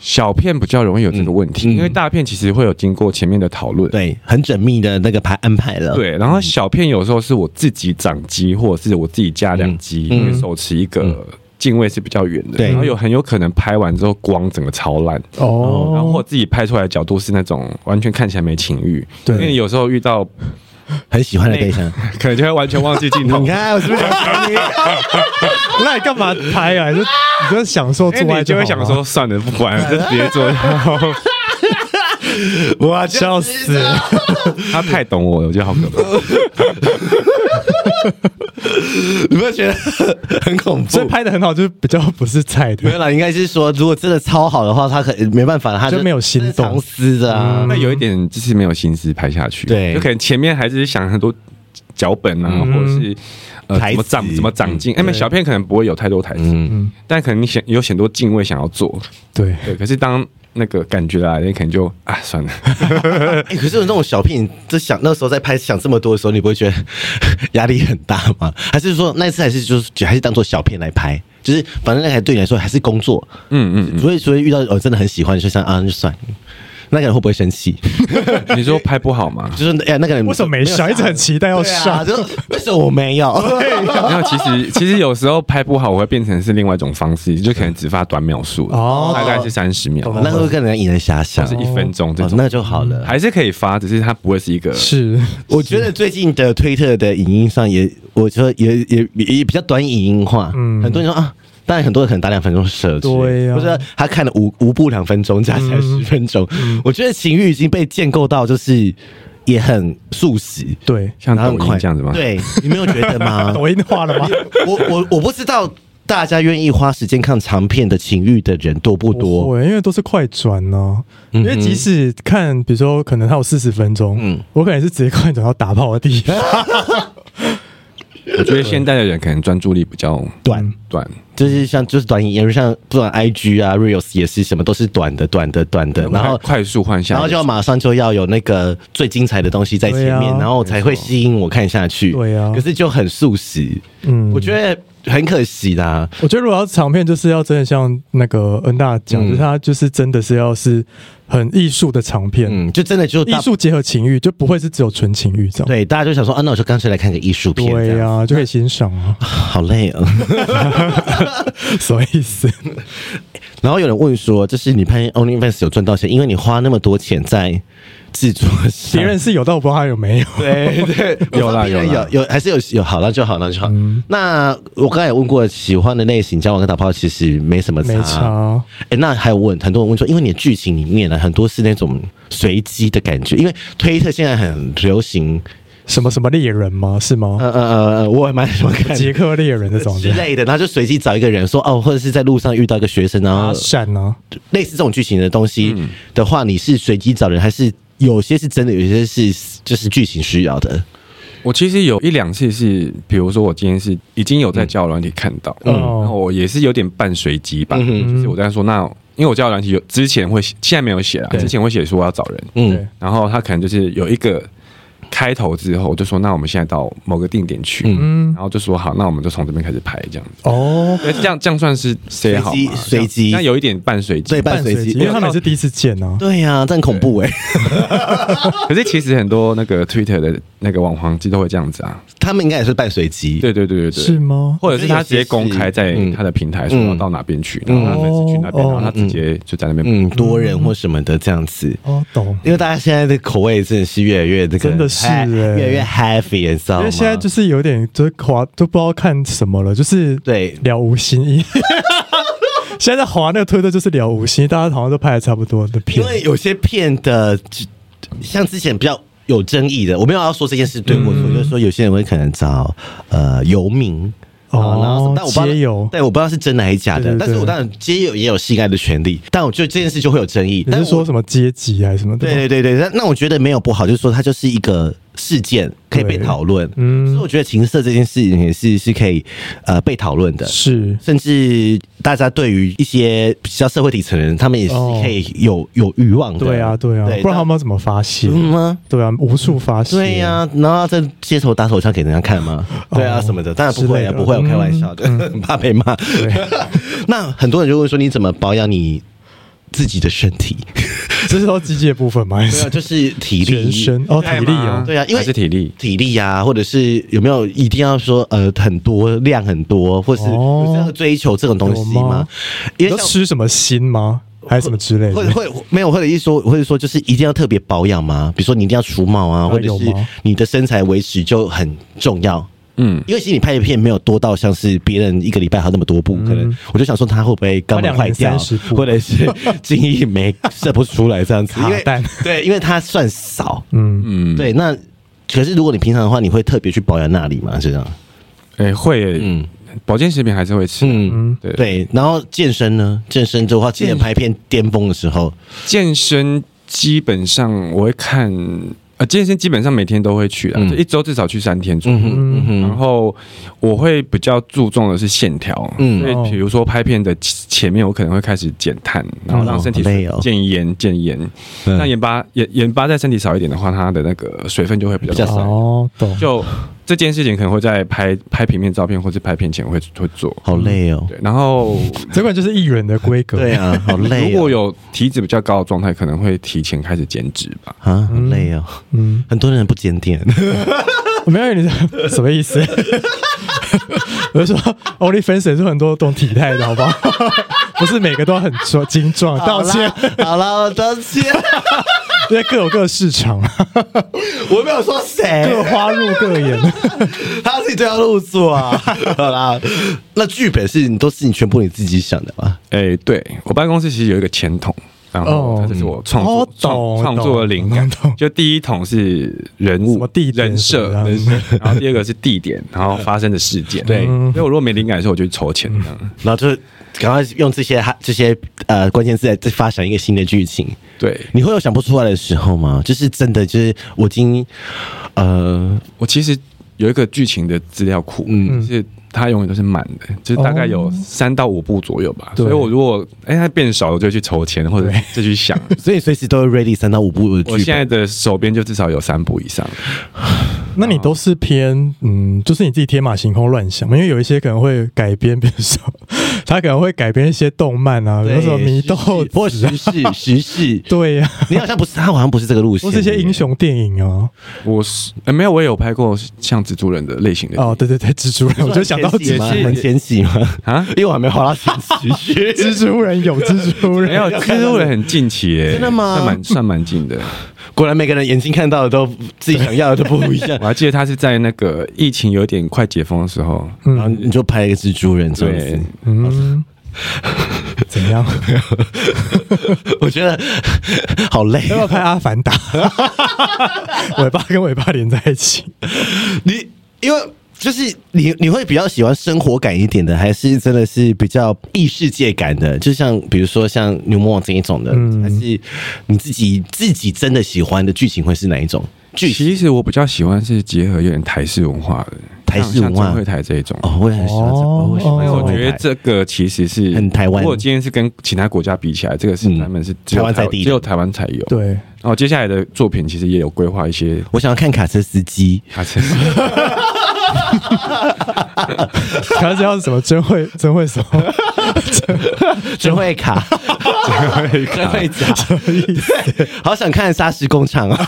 小片比较容易有这个问题，
嗯嗯
因为大片其实会有经过前面的讨论。
对，很缜密的那个排安排了。，
对，然后小片有时候是我自己长机，或者是我自己加两机，
嗯
因为手持一个镜位是比较远的，
对
然后有很有可能拍完之后光整个超烂。
哦，
然后我自己拍出来的角度是那种完全看起来没情欲，
对
因为你有时候遇到
很喜欢的对象。
可能就会完全忘记镜 头
你，看，我是不是想讲你？
那你干嘛拍啊？你就你就享受哦做
因为
爱
你就会
好
想
吗
说算了，不管了，就直 接做。然后
我
笑死，
他太懂我了，我觉得好可
嗯
怕。
你不要觉得很恐
所以
怖？
拍的很好，就是比较不是菜
没
的。
有啦，应该是说，如果真的超好的话，他可没办法，他
就没有心动嗯
藏私的啊。
那有一点就是没有心思拍下去，
对
就可能前面还是想很多脚本啊，
嗯
或者是呃
台
怎么长
词
怎么长进。哎，没有
对
小片可能不会有太多台词，
嗯，
但可能你想有很多敬畏想要做，
对，
对。可是当那个感觉来，你可能就啊 算了，
哎、可是有那种小片，就想那时候在拍想这么多的时候，你不会觉得 压力很大吗？还是说那一次还是就是还是当做小片来拍？就是反正那个对你来说还是工作，
嗯嗯嗯。
所以所以遇到哦真的很喜欢，就像啊那就算了，那个人会不会生气？
你说拍不好吗？
就是哎、那个人
为什么没上？一直很期待要
对啊，
上，
就为什么我没有？
没有，其 实其实有时候拍不好，我会变成是另外一种方式，就可能只发短秒数，
哦
大概是三十秒，
那会跟人家引人遐想，
或是一分钟这
哦
种，
那就好了。
还是可以发，只是它不会是一个
是
我觉得最近的推特的影音上也，我觉得也也也也比较短影音化，
嗯
很多人说啊。当然，很多人可能打两分钟舍去，
对呀
或者他看了五五部两分钟，加起来
嗯
十分钟。我觉得情欲已经被建构到，就是也很速食，
对，
像
然后
抖
很
音
快
这样子吗？，
对，你没有觉得 吗？
抖音化了吗？
我我我不知道大家愿意花时间看长片的情欲的人多不
不
多。
会，因为都是快转呢、因为即使看，比如说可能它有四十分钟，
嗯
我可能是直接快转到打炮的地方。
我觉得现代的人可能专注力比较
短
短，
就是像就是短影音，像不管 IG 啊、Reels 也是什么都是短的、短的、短的，然后
快快速换下一个，
然后就要马上就要有那个最精彩的东西在前
对
面，
啊
然后才会吸引我看下去。
对啊
可是就很速食，
嗯
我觉得很可惜啦。
我觉得如果要长片，就是要真的像那个恩大讲，
嗯
就是它就是真的是要是很艺术的长片，
嗯，就真的就
艺
大
术结合情欲，就不会是只有纯情欲这样。
对大家就想说啊，那我就干脆来看个艺术片，
对啊呀、
这样
就可以欣赏 啊，
好累哦。
什么意思？
然后有人问说，就是你拍 OnlyFans 有赚到钱，因为你花那么多钱在制作 上，
别人是有，但我不知道他有没有。
对对，
有啦
我说别人
有啦
有有还是有有好，那就好，那就好。
嗯
那我刚才也问过，喜欢的类型交往跟打炮其实 没什么
没差，
哎、那还有问很多人问说，因为你的剧情里面呢，很多是那种随机的感觉，因为推特现在很流行，
什么什么猎人吗？是吗？
呃呃呃呃，我也蛮喜欢看
捷克猎人那种
之
的，
类的，然后就随机找一个人说哦，或者是在路上遇到一个学生，然后
搭讪啊，
类似这种剧情的东西的话，你是随机找人，还是有些是真的，有些是就是剧情需要的？
我其实有一两次是，比如说我今天是已经有在交友软体看到，
嗯
然后我也是有点半随机吧，
嗯哼
就是我在说那，因为我交友软体有之前会写，现在没有写了，
对
之前会写说我要找人，
嗯
对，
然后他可能就是有一个开头之后，我就说那我们现在到某个定点去，
嗯
然，后就说好，那我们就从这边开始拍这样子，
哦，
哎，这样这样算是谁好吗？
随机随机
那有一点半随机，
对，半随机
因。为他们也是第一次见啊，
对呀、啊，这很恐怖哎、
可是其实很多那个 Twitter 的那个网黄机都会这样子啊，
他们应该也是伴随机，
对对对对对，
是吗？
或者是他直接公开在
嗯
他的平台说
嗯
我到哪边去，然后他粉丝去那边，
哦
然后他直接就在那边。
嗯，多人或什么的这样子。
哦，懂。
因为大家现在的口味真的是越来越这个，
真的是欸
嗨越来越 heavy，你知道
因
吗？
为现在就是有点就是滑都不知道看什么了，就是
对
了无新 意。现在滑那个推特就是了无新意，大家好像都拍的差不多的
因
片。
为有些片的，像之前比较有争议的，我没有要说这件事对或错，
嗯
就是说有些人会可能找呃游民。啊然后
哦
但我不知道
街友
对，我不知道是真的还是假的，
对对对
但是我当然街友也有性爱的权利，但我觉得这件事就会有争议。
你
但
是
我
说什么阶级还是什么的？
对对对对，那那我觉得没有不好，就是说它就是一个事件可以被
对
讨论，
嗯
所以我觉得情色这件事情也是是可以呃被讨论的，
是
甚至大家对于一些比较社会底层的人，他们也是
哦
可以有、有欲望的，
对啊对啊，不然他们要怎么发泄？
嗯吗？
对啊，无数发泄。
对呀、啊然后在街头打手枪给人家看吗？对啊，
哦
什么的，当然不会
之类
啊，
的嗯
不会，我开玩笑的，很 怕被骂。 那很多人就会说，你怎么保养你自己的身体？
这是说机械部分吗？还
对啊，
是
就是体力
全身哦，体
对
力
吗
哦，
对啊因为
还是体力，
体力啊，或者是有没有一定要说呃很多量很多，或是
哦
有这样的追求这种东西
有
吗
吗？
因
都
为像
吃什么心吗？还是什么之类
或者
的？
会没有，或者一说，或者说就是一定要特别保养吗？比如说你一定要除毛啊，
啊
或者
有
是
吗
你的身材维持就很重要。
嗯，
因为其实你拍的片没有多到像是别人一个礼拜还有那么多部，可能我就想说他会不会肛门坏掉
嗯他两年30，部
或 者是精液没射不出来这样子，因为
卡蛋
对，因为它算少，
嗯，
嗯，
对。那可是如果你平常的话，你会特别去保养那里吗？这样，
哎，会耶，
嗯
保健食品还是会吃。
嗯，
对，
对。然后健身呢？健身的话，之前拍片巅峰的时候，
健身基本上我会看，呃，健身基本上每天都会去啊，
嗯
就一周至少去三天左右。
嗯哼嗯
然
哼，
后我会比较注重的是线条，
嗯
所以比如说拍片的前面，我可能会开始减碳，然后让身体
好累哦
减盐减盐。
嗯
那盐巴盐盐巴在身体少一点的话，它的那个水分就会比较
比较少
少。
哦，懂。
就这件事情可能会在拍拍平面照片或是拍片前会会做。
好累哦。
对，然后
这款就是议员的规格。
对啊， 好累、哦。
如果有体脂比较高的状态，可能会提前开始减脂吧。
啊，好累哦。
嗯，
很多人不检 点，
没有你的 什么意思？我是说，OnlyFans 也是很多种体态的，好不好？ 不是每个都很壮精壮，道歉，
好了，我道歉，
因为各有各的市场， 啊
我没有说
各
谁，
花入各 眼。
他自己对号入座 啊。好啦，那剧本是你都是你全部你自己想的吧？
哎、对我办公室其实有一个钱桶，然后
哦
它就是我创作
哦
创
懂
创
懂
作的灵感
懂。
就第一桶是人物、
什么地点嗯
人 设
什么，的
人设然后第二个是地点，然后发生的事件。
对
所以我如果没灵感的时候，我就去筹
嗯
钱这样。
然后就赶快用这些哈这些呃关键字来再发想一个新的剧情。
对
你会有想不出来的时候吗？就是真的，就是我已经呃
我其实有一个剧情的资料库，
嗯
嗯，是它永远都是满的，就是大概有三到五部左右吧。
哦对
所以我如果哎、它变少了，我就去筹钱或者就 去想。
所以随时都 ready 三到五部的剧
我
本。
现在的手边就至少有三部以上。
那你都是偏嗯，就是你自己天马行空乱想，因为有一些可能会改编，比如说 他可能会改编一些动漫啊，比
对
如说迷豆
时事或
子啊，
时事时事，
对呀、
你好像不是他，好像不是这个路线，
都是一些英。雄电影啊。
我是、呃没有，我也有拍过像蜘蛛人的类型的
哦，对对对，蜘蛛 人，我就想到
前
蜘
戏吗？
也是
很前戏吗？
啊，
因为我还没滑到前戏去。
蜘蛛人有蜘蛛人，
没有蜘蛛人很近期耶，
真的吗
算蛮算蛮近的。
果然每个人眼睛看到的都自己想要的都不一样
我。还记得他是在那个疫情有点快解封的时候，
然后你就拍一个蜘蛛人这样
对
子，
嗯，怎样？
我觉得好累
要不。要拍《阿凡 达》？尾巴跟尾巴连在一起，
你因为就是你，你会比较喜欢生活感一点的，还是真的是比较异世界感的？就像比如说像牛魔王这一种的，
嗯
还是你自己自己真的喜欢的剧情会是哪一种剧情？
其实我比较喜欢是结合有点台式文化的，
台式文化
像像郑惠台这一种。
哦，我也很喜欢这个，
哦
我也喜欢
因为
这个
我
舞台。
觉得这个其实是
很台湾
如果今天是跟其他国家比起来，这个是
嗯
咱们是只有
台湾在地的
只有台湾才有。，
对，
然后接下来的作品其实也有规划一些
我想要看卡车司机，
卡 车。
可是要什么真会真会什么
真会卡，真会卡，真会夹，对好想看砂石工厂 啊！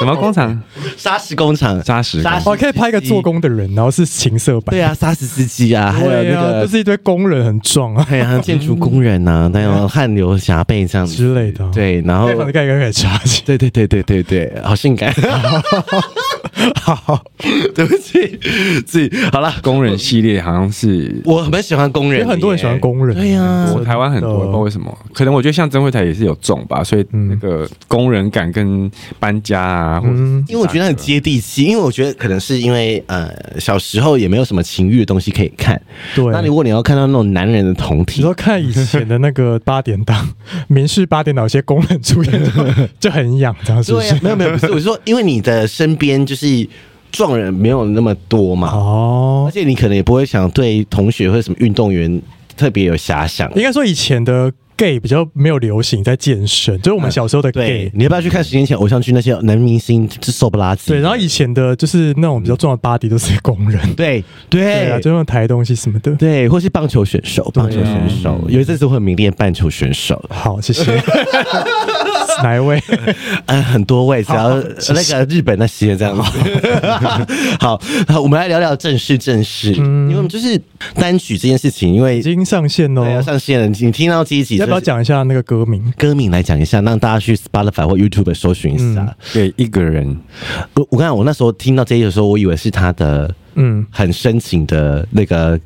什么工厂？
砂石工厂，
砂石工厂
哦，可以拍一个做。工的人，然后是情色版。
对啊，砂石司机啊，还有
对
那
啊，
个
就是一堆工人很壮 啊
哎呀，建筑工人呐、还有汗流浃背这样子。
之类的。，
对，然后
盖房子盖一盖盖插起。
对对对对对对，好 性感。好， 对不起，自己好了。
工人系列好像是
我蛮喜欢工人的耶，
有很多人喜欢工人，
对啊呀
真
我
的
台湾很多，不知道为什么，可能我觉得像曾慧台也是有中吧，所以那个工人感跟搬家啊，或者是
嗯
因为我觉得很接地气，因为我觉得可能是因为呃小时候也没有什么情欲的东西可以看，
对。
那如果你要看到那种男人的同
你
体，
说看以前的那个八点 档， 民事八点档，有些工人出演就就很痒，这样是不
对
是
呀，？没有没有，不是，我是说，因为你的身边就是壮人没有那么多嘛，而
哦，
且你可能也不会想对同学或者什么运动员特别有遐想。
应该说以前的 gay 比较没有流行在健身，就是我们小时候的 gay
嗯对，。你要不要去看十年前偶像剧那些男明星是瘦不拉几？
对，然后以前的就是那种比较重要的 body 都是工人，
对
对啊，
对
就那种抬东西什么的。
嗯对，或是棒球选手，棒球选手、有一阵子会很迷恋棒球选手，
好，谢谢。 哪一位？
呃，很多位，只要呃
好谢
那
谢
个日本那些这样子。 好，好，我们来聊聊正事正事，
嗯
因为我们就是单曲这件事情，因为哦
已经上线喽
对，。要上线了，你听到这一集
啊要不要
就是
讲一下那个歌名？
歌名来讲一下，让大家去 Spotify 或 YouTube 搜寻一下。
嗯
给一个人
我我刚才我那时候听到这一集的时候，我以为是他的
嗯，
很深情的那个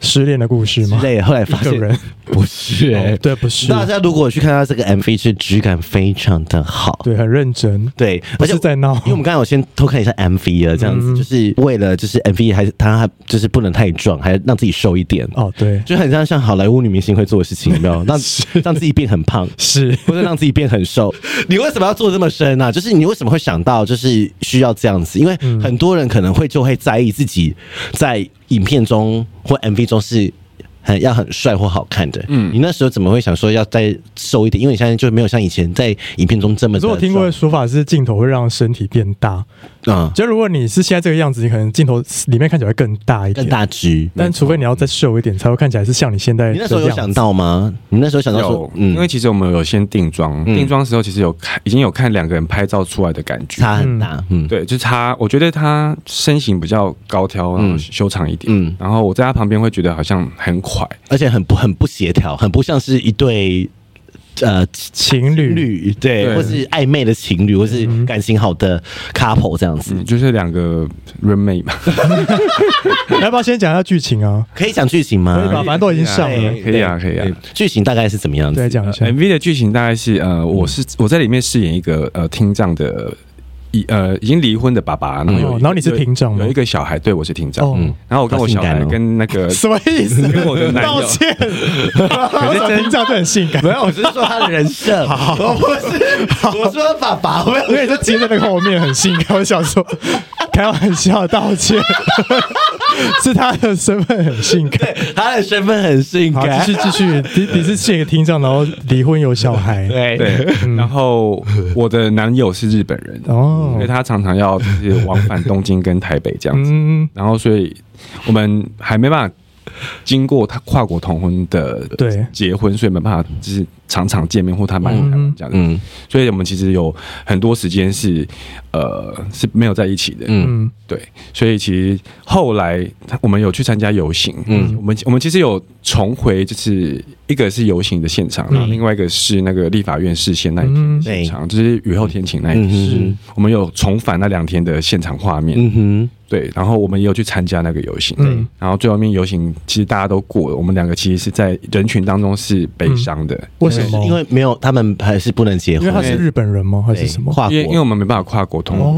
失恋的故事
之
吗？
类的，后来发
一
现
个人
不是、
哦
欸，
对，不是，
大家如果去看他这个 MV，是质感非常的好，
对，很认真，
对，
不是在闹
因为我们刚才有先偷看一下 MV 了，这
嗯
样子、就是为了就是 MV 还是他还就是不能太壮，还让自己瘦一点，
哦，对，
就很像像好莱坞女明星会做的事情，有没有？让让自己变很胖，
是
或者让自己变很瘦。你为什么要做这么深啊？就是你为什么会想到就是需要这样子？因为
嗯
很多人可能会就会在意自己在影片中或 MV 中是。很要很帅或好看的，嗯，你那时候怎么会想说要再瘦一点？因为你现在就没有像以前在影片中这
可
么的
是
壮。
我听过的说法是镜头会让身体变大，
嗯，
就如果你是现在这个样子，你可能镜头里面看起来会更大一点，
更。大只。
但除非你要再瘦一点，才会看起来是像你现在
你那时候
的
有
样
想
子。
到吗？你那时候想到说嗯
有，，因为其实我们有先定妆，定妆时候其实有看，已经有看两个人拍照出来的感觉，
差很大，嗯，
对，就是他，我觉得他身形比较高挑，然后修长一点，
嗯
然后我在他旁边会觉得好像很快，
而且很不很不协调，很不像是一对呃
情
情
侣，嗯
侣，对，
对
或是暧昧的情侣，或是感情好的 couple 这样子。
嗯，就是两个 roommate 嘛，
要不要先讲一下剧情啊？
可以讲剧情
可以吧，
吗？
反正都已经上
对
了，
可以啊，可以啊。
剧情大概是怎么样
对，
子？
讲一下
呃。MV 的剧情大概是呃，
嗯
我是我在里面饰演一个呃听障的已呃已经离婚的爸爸，然后有一个、
嗯然后你是听障吗
有一个小孩，对我是听障，
哦
嗯，然后我跟我
好性
小
感
孩
哦
跟 那个
什么意思？
跟我的男
道
友。
歉，我怎么听这样就很性感？
没有，我是说他的人设，我不是，我说爸爸，我
因为就接在那个后面很性感，我想说开玩笑，道 歉，是他的身份很性感。
他的身份很性
好，
感
继，续继续，你你是这个听障，然后离婚有小孩，
对
对，然后我的男友是日本人，
嗯哦
所以他常常要就是往返东京跟台北这样子，
嗯，
然后所以我们还没办法经过他跨国同婚的
对
结婚，所以没办法就是常常见面或他买台湾这样子，
嗯
所以我们其实有很多时间是呃是没有在一起的，
嗯
嗯，
对，所以其实后来他我们有去参加游行，嗯，我们我们其实有重回，就是一个是游行的现
嗯
场，然后另外一个是那个立法院视线那一天的现场，就是雨后天晴那一天，
嗯
我们有重返那两天的现场画面，
嗯哼，
对，然后我们也有去参加那个游行，
嗯
然后最后面游行其实大家都过了，我们两个其实是在人群当中是悲
嗯
伤的，
为什么？
因为没有他们还是不能结
因
婚
为，他是日本人吗？还是什么？
跨
因为因为
国嗯
我们没办法跨国通。
哦，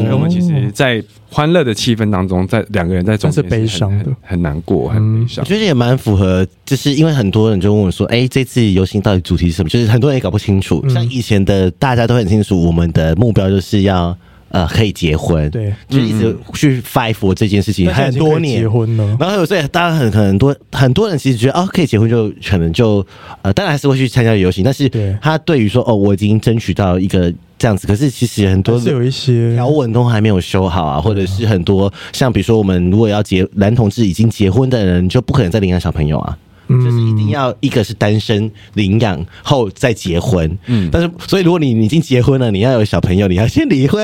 所以我们其实，在欢乐的气氛当中，在两个人在中间
但是悲伤的
很很很难过，很悲
我。
伤
觉得也蛮符合，就是因为很多人就问我说：“哎、这次游行到底主题是什么？”就是很多人也搞不清
嗯
楚。像以前的大家都很清楚，我们的目标就是要呃可以结婚，
对，
就一直去 fight for 这件事情
但现在已
很
经
多
可以
年。
结婚了，
然后所以当然很很多很多人其实觉得哦可以结婚就可能就呃当然还是会去参加游行，但是
对
他对于说哦我已经争取到一个这样子。可是其实很多
还是有一些
条文都还没有修好啊，或者是很多像比如说我们如果要结男同志已经结婚的人，就不可能再领养小朋友啊。就是一定要一个是单身领养后再结婚，嗯，但是所以如果你你已经结婚了，你要有小朋友，你要先离婚，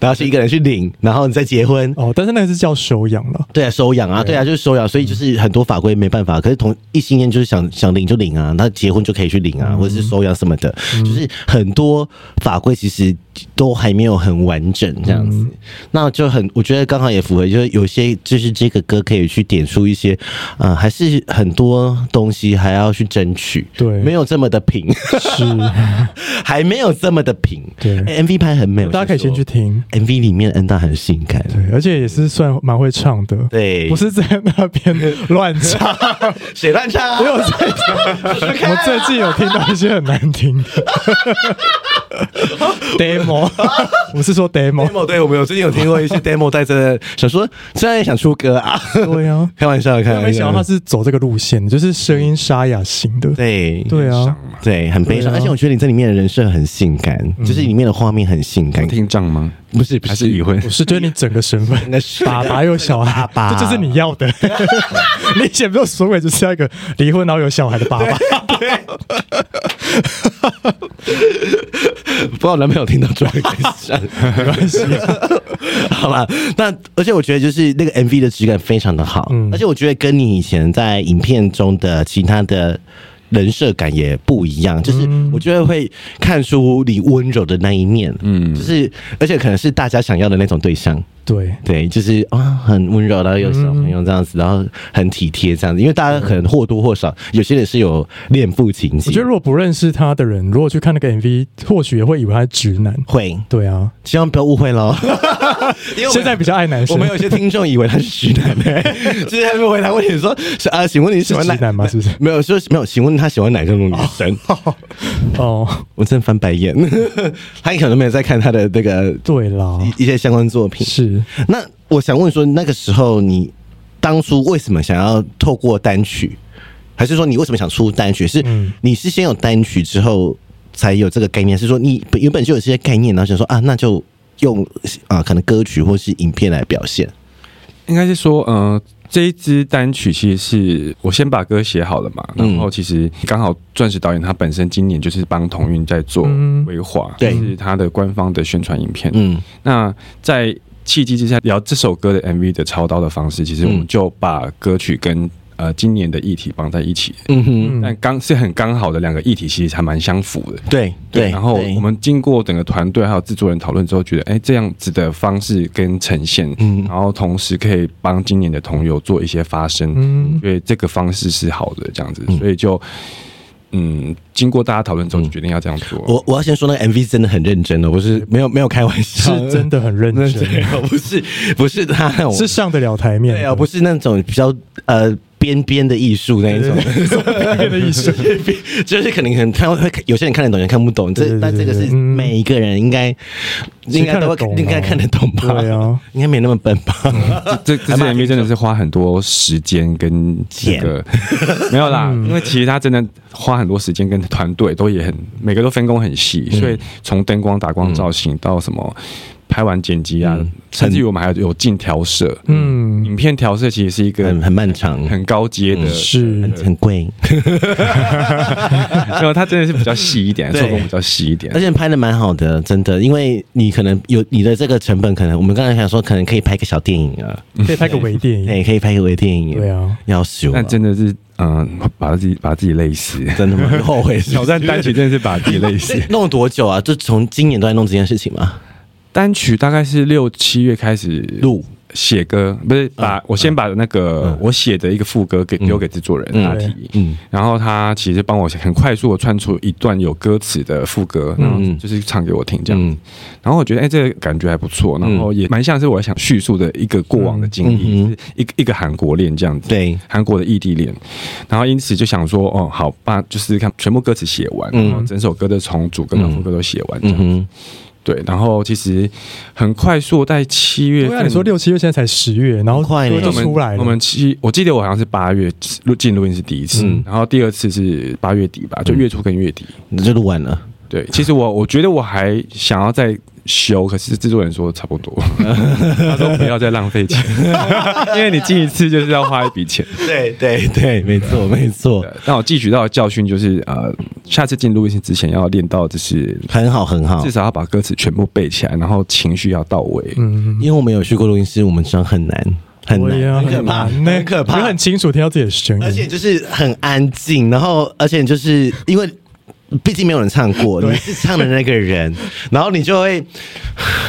然后是一个人去领，然后你再结婚，
哦，但是那个是叫收养了。
对啊，收养啊，对啊，就是收养，
嗯
所以就是很多法规没办法。可是同异性恋就是想想领就领啊，那结婚就可以去领啊，
嗯
或者是收养什么的，就是很多法规其实都还没有很完整这样
嗯
子。那就很，我觉得刚好也符合，就是有些就是这个歌可以去点出一些，啊、还是很多东西还要去争取，
对
没有这么的平，
是，
还没有这么的平。
对
欸 MV 拍很美，我
大家可以先
说
去听。
MV 里面，恩大很性感。
对，而且也是算蛮会唱的，
对
不是在那边乱唱。
谁乱唱啊？
我 有在，我最近有听到一些很难听的 demo，我是说 demo，
demo 对我们有最近有听过 一些 demo，在真的想说，虽然也想出歌啊，
对呀、
开玩笑，开
啊，没
玩
想
笑，
到他是走这个路线，就是声音沙哑型的，
对
对啊，
对，很悲伤，
对啊嗯
而且我觉得你在里面的人设很性感，就是里面的画面很性感，
听障吗？
不是不
还是已婚？
我是觉得你整个身份
那，是
爸爸有小孩，
爸爸
这就是你要的。你以前不是所谓就是要一个离婚然后有小孩的爸爸，
不知道男朋友听到抓一个上，没关 系。好啦，那而且我觉得就是那个 MV 的质感非常的好，
嗯
而且我觉得跟你以前在影片中的其他的。人设感也不一样，就是
嗯
我觉得会看出你温柔的那一面，嗯，就是而且可能是大家想要的那种对象，
对，
对，就是啊、很温柔，然后有小朋
嗯
友这样子，然后很体贴这样子，因为大家可能或多或少，有些人是有恋父情节，
我觉得如果不认识他的人，如果去看那个 MV，或许也会以为他是直男。
会，
对啊，
千万不要误会 喽。因为我们
现在比较爱男
我
生，
们有些听众以为他是直男、 欸，就是他们回答问你说：“是啊，请问你喜欢
是
哪
直男吗？是不是？
没有说没有，请问他喜欢哪个女生？
哦，
我真的翻白眼， 他可能没有在看他的那个
对啦，
一一些相关作品。
是
那我想问说，那个时候你当初为什么想要透过单曲，还是说你为什么想出单曲？是
嗯
你是先有单曲之后才有这个概念，是说你本原本就有这些概念，然后想说啊，那就用啊可能歌曲或是影片来表现。
应该是说，呃，这一支单曲其实是我先把歌写好了嘛，
嗯
然后其实刚好钻石导演他本身今年就是帮同运在做
嗯
规划，
对
就是他的官方的宣传影片。
嗯
那在契机之下聊这首歌的 MV 的操刀的方式，其实我
嗯
们就把歌曲跟呃今年的议题绑在一起，
嗯哼，
但刚是很刚好的两个议题，其实还蛮相符的。
对对。
然后
对
我们经过整个团队还有制作人讨论之后，觉得哎、这样子的方式跟呈现，
嗯
然后同时可以帮今年的同友做一些发声，
嗯
所以这个方式是好的，这样子，
嗯
所以就嗯，经过大家讨论之后，就决定要这样做。
我我要先说那个 MV 真的很认真的，哦我是没有没有开玩笑，
是真的很认
那
真，
对， 不是不是他那种
是上得了台面的，
对啊，不是那种比较呃边边的艺术那一种。
变的意思。
就是可能可能看会有些人看得懂，有些人看不懂。
对
这
对
但这个是
对对嗯
每一个人应该
是
应该都会
看得懂啊
应该看得懂吧？
对啊， 嗯
应该没那么笨吧？
这这支 MV 真的是花很多时间跟这个 没有啦，因为其实他真的花很多时间跟团队都也很每个都分工很细，所以从灯光、打光、造型到什么拍完剪辑啊
嗯，
甚至于我们还有进调色，
嗯，
影片调色其实是一个
很很漫长，
很嗯高阶的，
是
很贵，
没有它真的是比较细一 点，
对
做工比较细一点
而。且拍的蛮好的，真的。因为你可能有你的这个成本，可能我们刚才想说，可能可以拍个小电影啊，
可以拍个微电影，
对，可以拍个微电影，
嗯对，啊，
要修、啊
但，真的是，嗯，把自己把自己累死，
真的吗？你后悔是不
挑
是
战单曲真的是把自己累死
这。弄了多久啊？就从今年都在弄这件事情嘛。
单曲大概是六七月开始
录
写歌，不是把我先把那个我写的一个副歌给丢给制作人
啊嗯
他提，
嗯
然后他其实帮我很快速的串出一段有歌词的副歌，然后就是唱给我听这样
嗯
子。然后我觉得哎，这个感觉还不错，然后也蛮像是我想叙述的一个过往的经历，
嗯
是一个一个韩国恋这样子。
对
韩国的异地恋，然后因此就想说，哦，好吧，就是看全部歌词写完，
嗯
然后整首歌的从主歌到副歌都写完，这
嗯
样
哼，
对，然后其实很快速，在七月
对啊，
份，
你说六七月现在才十月，然后
快
歌
呢
就
我们
出来了，
我们七，我记得我好像是八月录进录音是第一次，
嗯
嗯
然后第二次是八月底吧，就月初跟月底。
就录完了。
对，其实我我觉得我还想要再修，可是制作人说差 不多，他说不要再浪费钱， 因为你进一次就是要花一笔钱。
对对对，没错没错，
那我汲取到的教训就是，呃，下次进录音室之前要练到，就是
很好很好
至。少要把歌词全部背起来，然后情绪要到位。
嗯，
因为我们有去过录音室，我们知道很难很
我也
难，
啊很
怕，
难呢
很可怕，
因为很清楚听到自己的声
而且
音，
就是很安静，然后而且就是因为。毕竟没有人唱过，你是唱的那个人，然后你就会，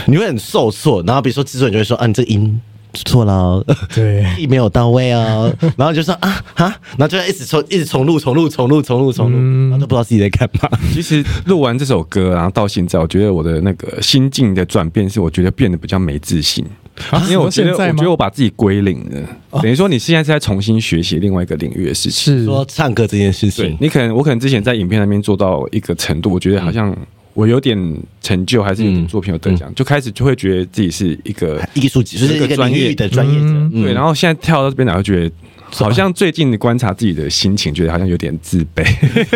你会很受挫。然后比如说制作人就会说：“啊，你这个音错了哦，
对，
地没有到位哦。”然后就说：“啊啊！”然后就一直重，一直重录，重录，重录，重录，重录，然后都不知道自己在干嘛。
其实录完这首歌，然后到现在，我觉得我的那个心境的转变是，我觉得变得比较没自信，
啊
因为我觉得
现
我
在
觉
吗哦
得我把自己归零了，等于说你现在是在重新学习另外一个领域的事情。
是
说唱歌这件事
对
情，
你可能我可能之前在影片那边做到一个程度，我觉得好像我有点成就，还是有点作品有得
嗯
奖，就开始就会觉得自己是一个
艺术就是一个领域的专业者，
嗯
嗯
对，然后现在跳到这边来，我觉得好像最近观察自己的心情，觉得好像有点自卑，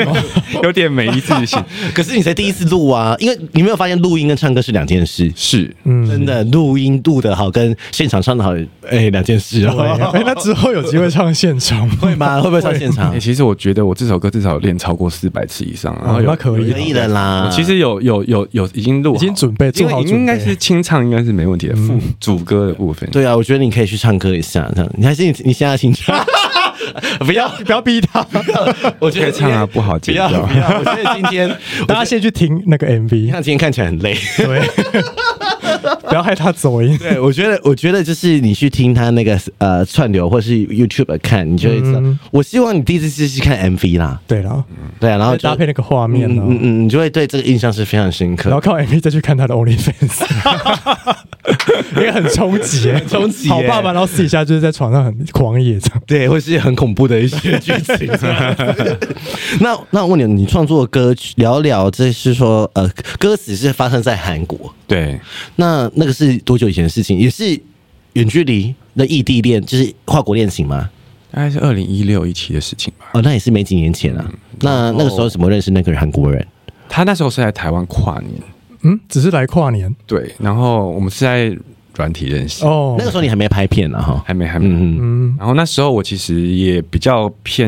有点没自 信。
可是你才第一次录啊，因为你没有发现录音跟唱歌是两件事，
是，
嗯
真。的，录音录的好跟现场唱的好，哎、两件事
对
哦。
哎，那之后有机会唱现场吗？
会吗？会不会上现场
哎，？其实我觉得我这首歌至少练超过四百次以上，然后
哦，
有
那可以
可以的啦
我。其实有有有有已经录好，
已
嗯
经准备做好
因为应该
准备
是清唱，应该是没问题的。副主歌的部分，
对啊，我觉得你可以去唱歌一下，这样。你还是你你现在 请唱，不要不要逼他， 我觉
可
得
以唱啊，不好
不
剪
要
掉
不。要。我觉得今 天，
大家先去听那个
你
MV，
看今天看起来很累。
对， 不要害他走音。
对，我觉得，我觉得就是你去听他那个呃串流或是 YouTube 看，你就会知道。
嗯
我希望你第一次试试看 MV 啦，
对啦，
对啊，然后就
搭配那个画面
嗯
啊，
嗯嗯，你就会对这个印象是非常深刻
然后。靠 MV 再去看他的 OnlyFans，也很冲击耶，
冲击耶
好爸爸，然后私底下就是在床上很狂野这样。
对，会是很恐怖的一些剧情。 那那我问你，你创作歌曲，聊聊这是说，呃，歌词是发生在韩国，
对，
那那个是多久以前的事情？也是远距离的异地恋，就是跨国恋情吗？
大概是二零一六一七的事情吧。
哦，那也是没几年前啊。那那个时候怎么认识那个韩国人？
他那时候是在台湾跨年，
嗯，只是来跨年
对，然后我们是在软体认识，
哦
那个时候你还没拍片呢，啊哈。
还没还没。
嗯嗯，
嗯
然后那时候我其实也比较偏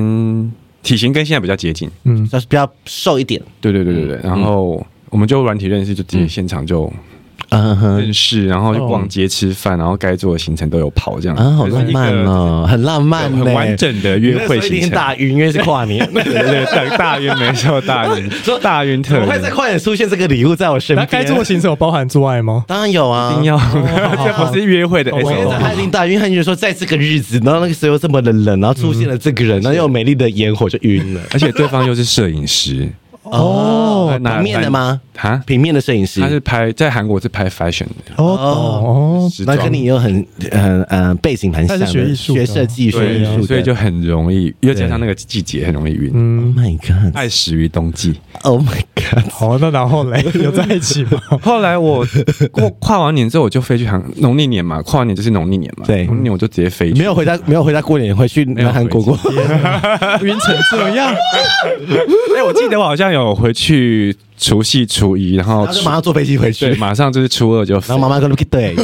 体型跟现在比较接近，
嗯，
就是比较瘦一点。
对对对对对。然后我们就软体认识，就直接现场就
嗯哼
认，识，然后就逛街吃
哦
饭，然后该做的行程都有跑这样。
啊，好浪漫哦，很浪漫
就
嘞，
是一个，很完整的约
你
会
那时候一
行
定
程。
大晕，因为是跨 年。
对对对，大大晕没错，大晕
说
大晕
怎
特
么会
晕
哦
在，跨年出现这个礼物在我身
那
边？
该做的行程有包含做爱吗？
当然有啊，
一定要，
哦好哦
这不是约会的
好好好
SOP。
他已经大晕，他就说在这个日子，然后那个时候这么的冷，然后出现了这个人，然后又有美丽的烟火，就晕了。
而且对方又是摄影师，
哦
那
平面的吗？
哈，
平面的摄影师
他，是拍在韩国是拍 fashion 的，
哦哦，
时
那
装
跟你又很很呃背景蛮像的，
他是学艺术的
学设计、学艺术
对，啊
的，
所以就很容易，又加上那个季节很容易晕。
Oh
嗯，
my
爱始于冬季。
God，Oh my God，
好，那然后嘞，有在一起吗？
后 来我过跨完年之后，我就飞去韩农历年嘛，跨完年就是农历年嘛，
对
农历年我就直接飞去。
没有回家，没有回家过年，回去
有
南韩国过。
晕成这样，
哎，我记得我好像有回去除夕、初一，然后
然后就马上坐飞机回去
对，，马上就是初二就飞
然后。妈妈跟 Lucky 对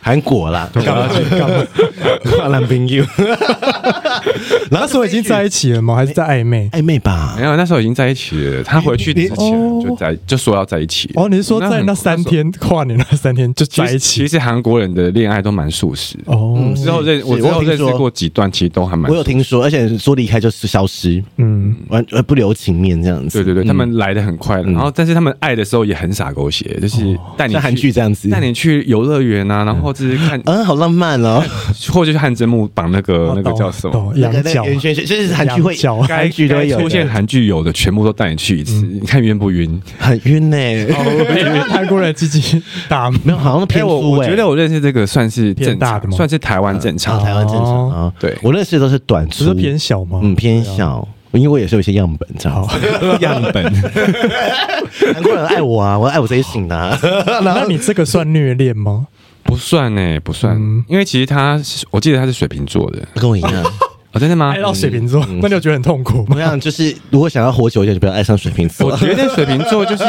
韩国啦，干嘛去干嘛？男朋友，然后
那时候已经在一起了吗？还是在暧昧？
暧昧吧
没？有，那时候已经在一起了。他回去之前
哦
你
就在就说要在一起。
哦，你是说
那
在
很
那三天跨年那三天就
其实
在一起
其？实韩国人的恋爱都蛮速食。
嗯
哦，
之后认
是
我之
我
后
听
认识
说
过几段，其实都还蛮
我有听说，而且说离开就是消失，
嗯，
完呃不留情面这样子。
对对对，
嗯
他们来的很快，然后但是他们爱的时候也很傻狗血，就是带
哦
你
像韩剧这样子
带你去游乐园啊，然后就是 看，
嗯，好浪漫哦，
或者去汗蒸木绑哦那个那个叫什么，
懂
那
羊
个那
角
个，圆圈圈，就是韩剧会
羊角
该
韩剧都
该嗯
会有的
出现韩剧有的全部都带你去一次，你看晕不晕？
很晕呢。
韩国人自己打
没有，好像偏
哎，我
粗
我
哎。
觉得我认识这个算是
偏
正
大的
常，
吗
算是台湾正
啊
常，
台湾正常啊，
对
我认识的都是短
只
粗
是，偏小吗？
嗯偏小，因为我也是有一些样本这样子。
样本。
韩国人爱我啊，我爱我自己醒的啊。
那你这个算虐恋吗？
欸嗯不算呢、不算，因为其实他是，我记得他是水瓶座的，
跟我一样，
哦，真的吗
爱？到水瓶座，
嗯
那你有觉得很痛苦吗
我？想就是，如果想要活久一点，就不要爱上水瓶
我
座。
觉得水瓶座 就是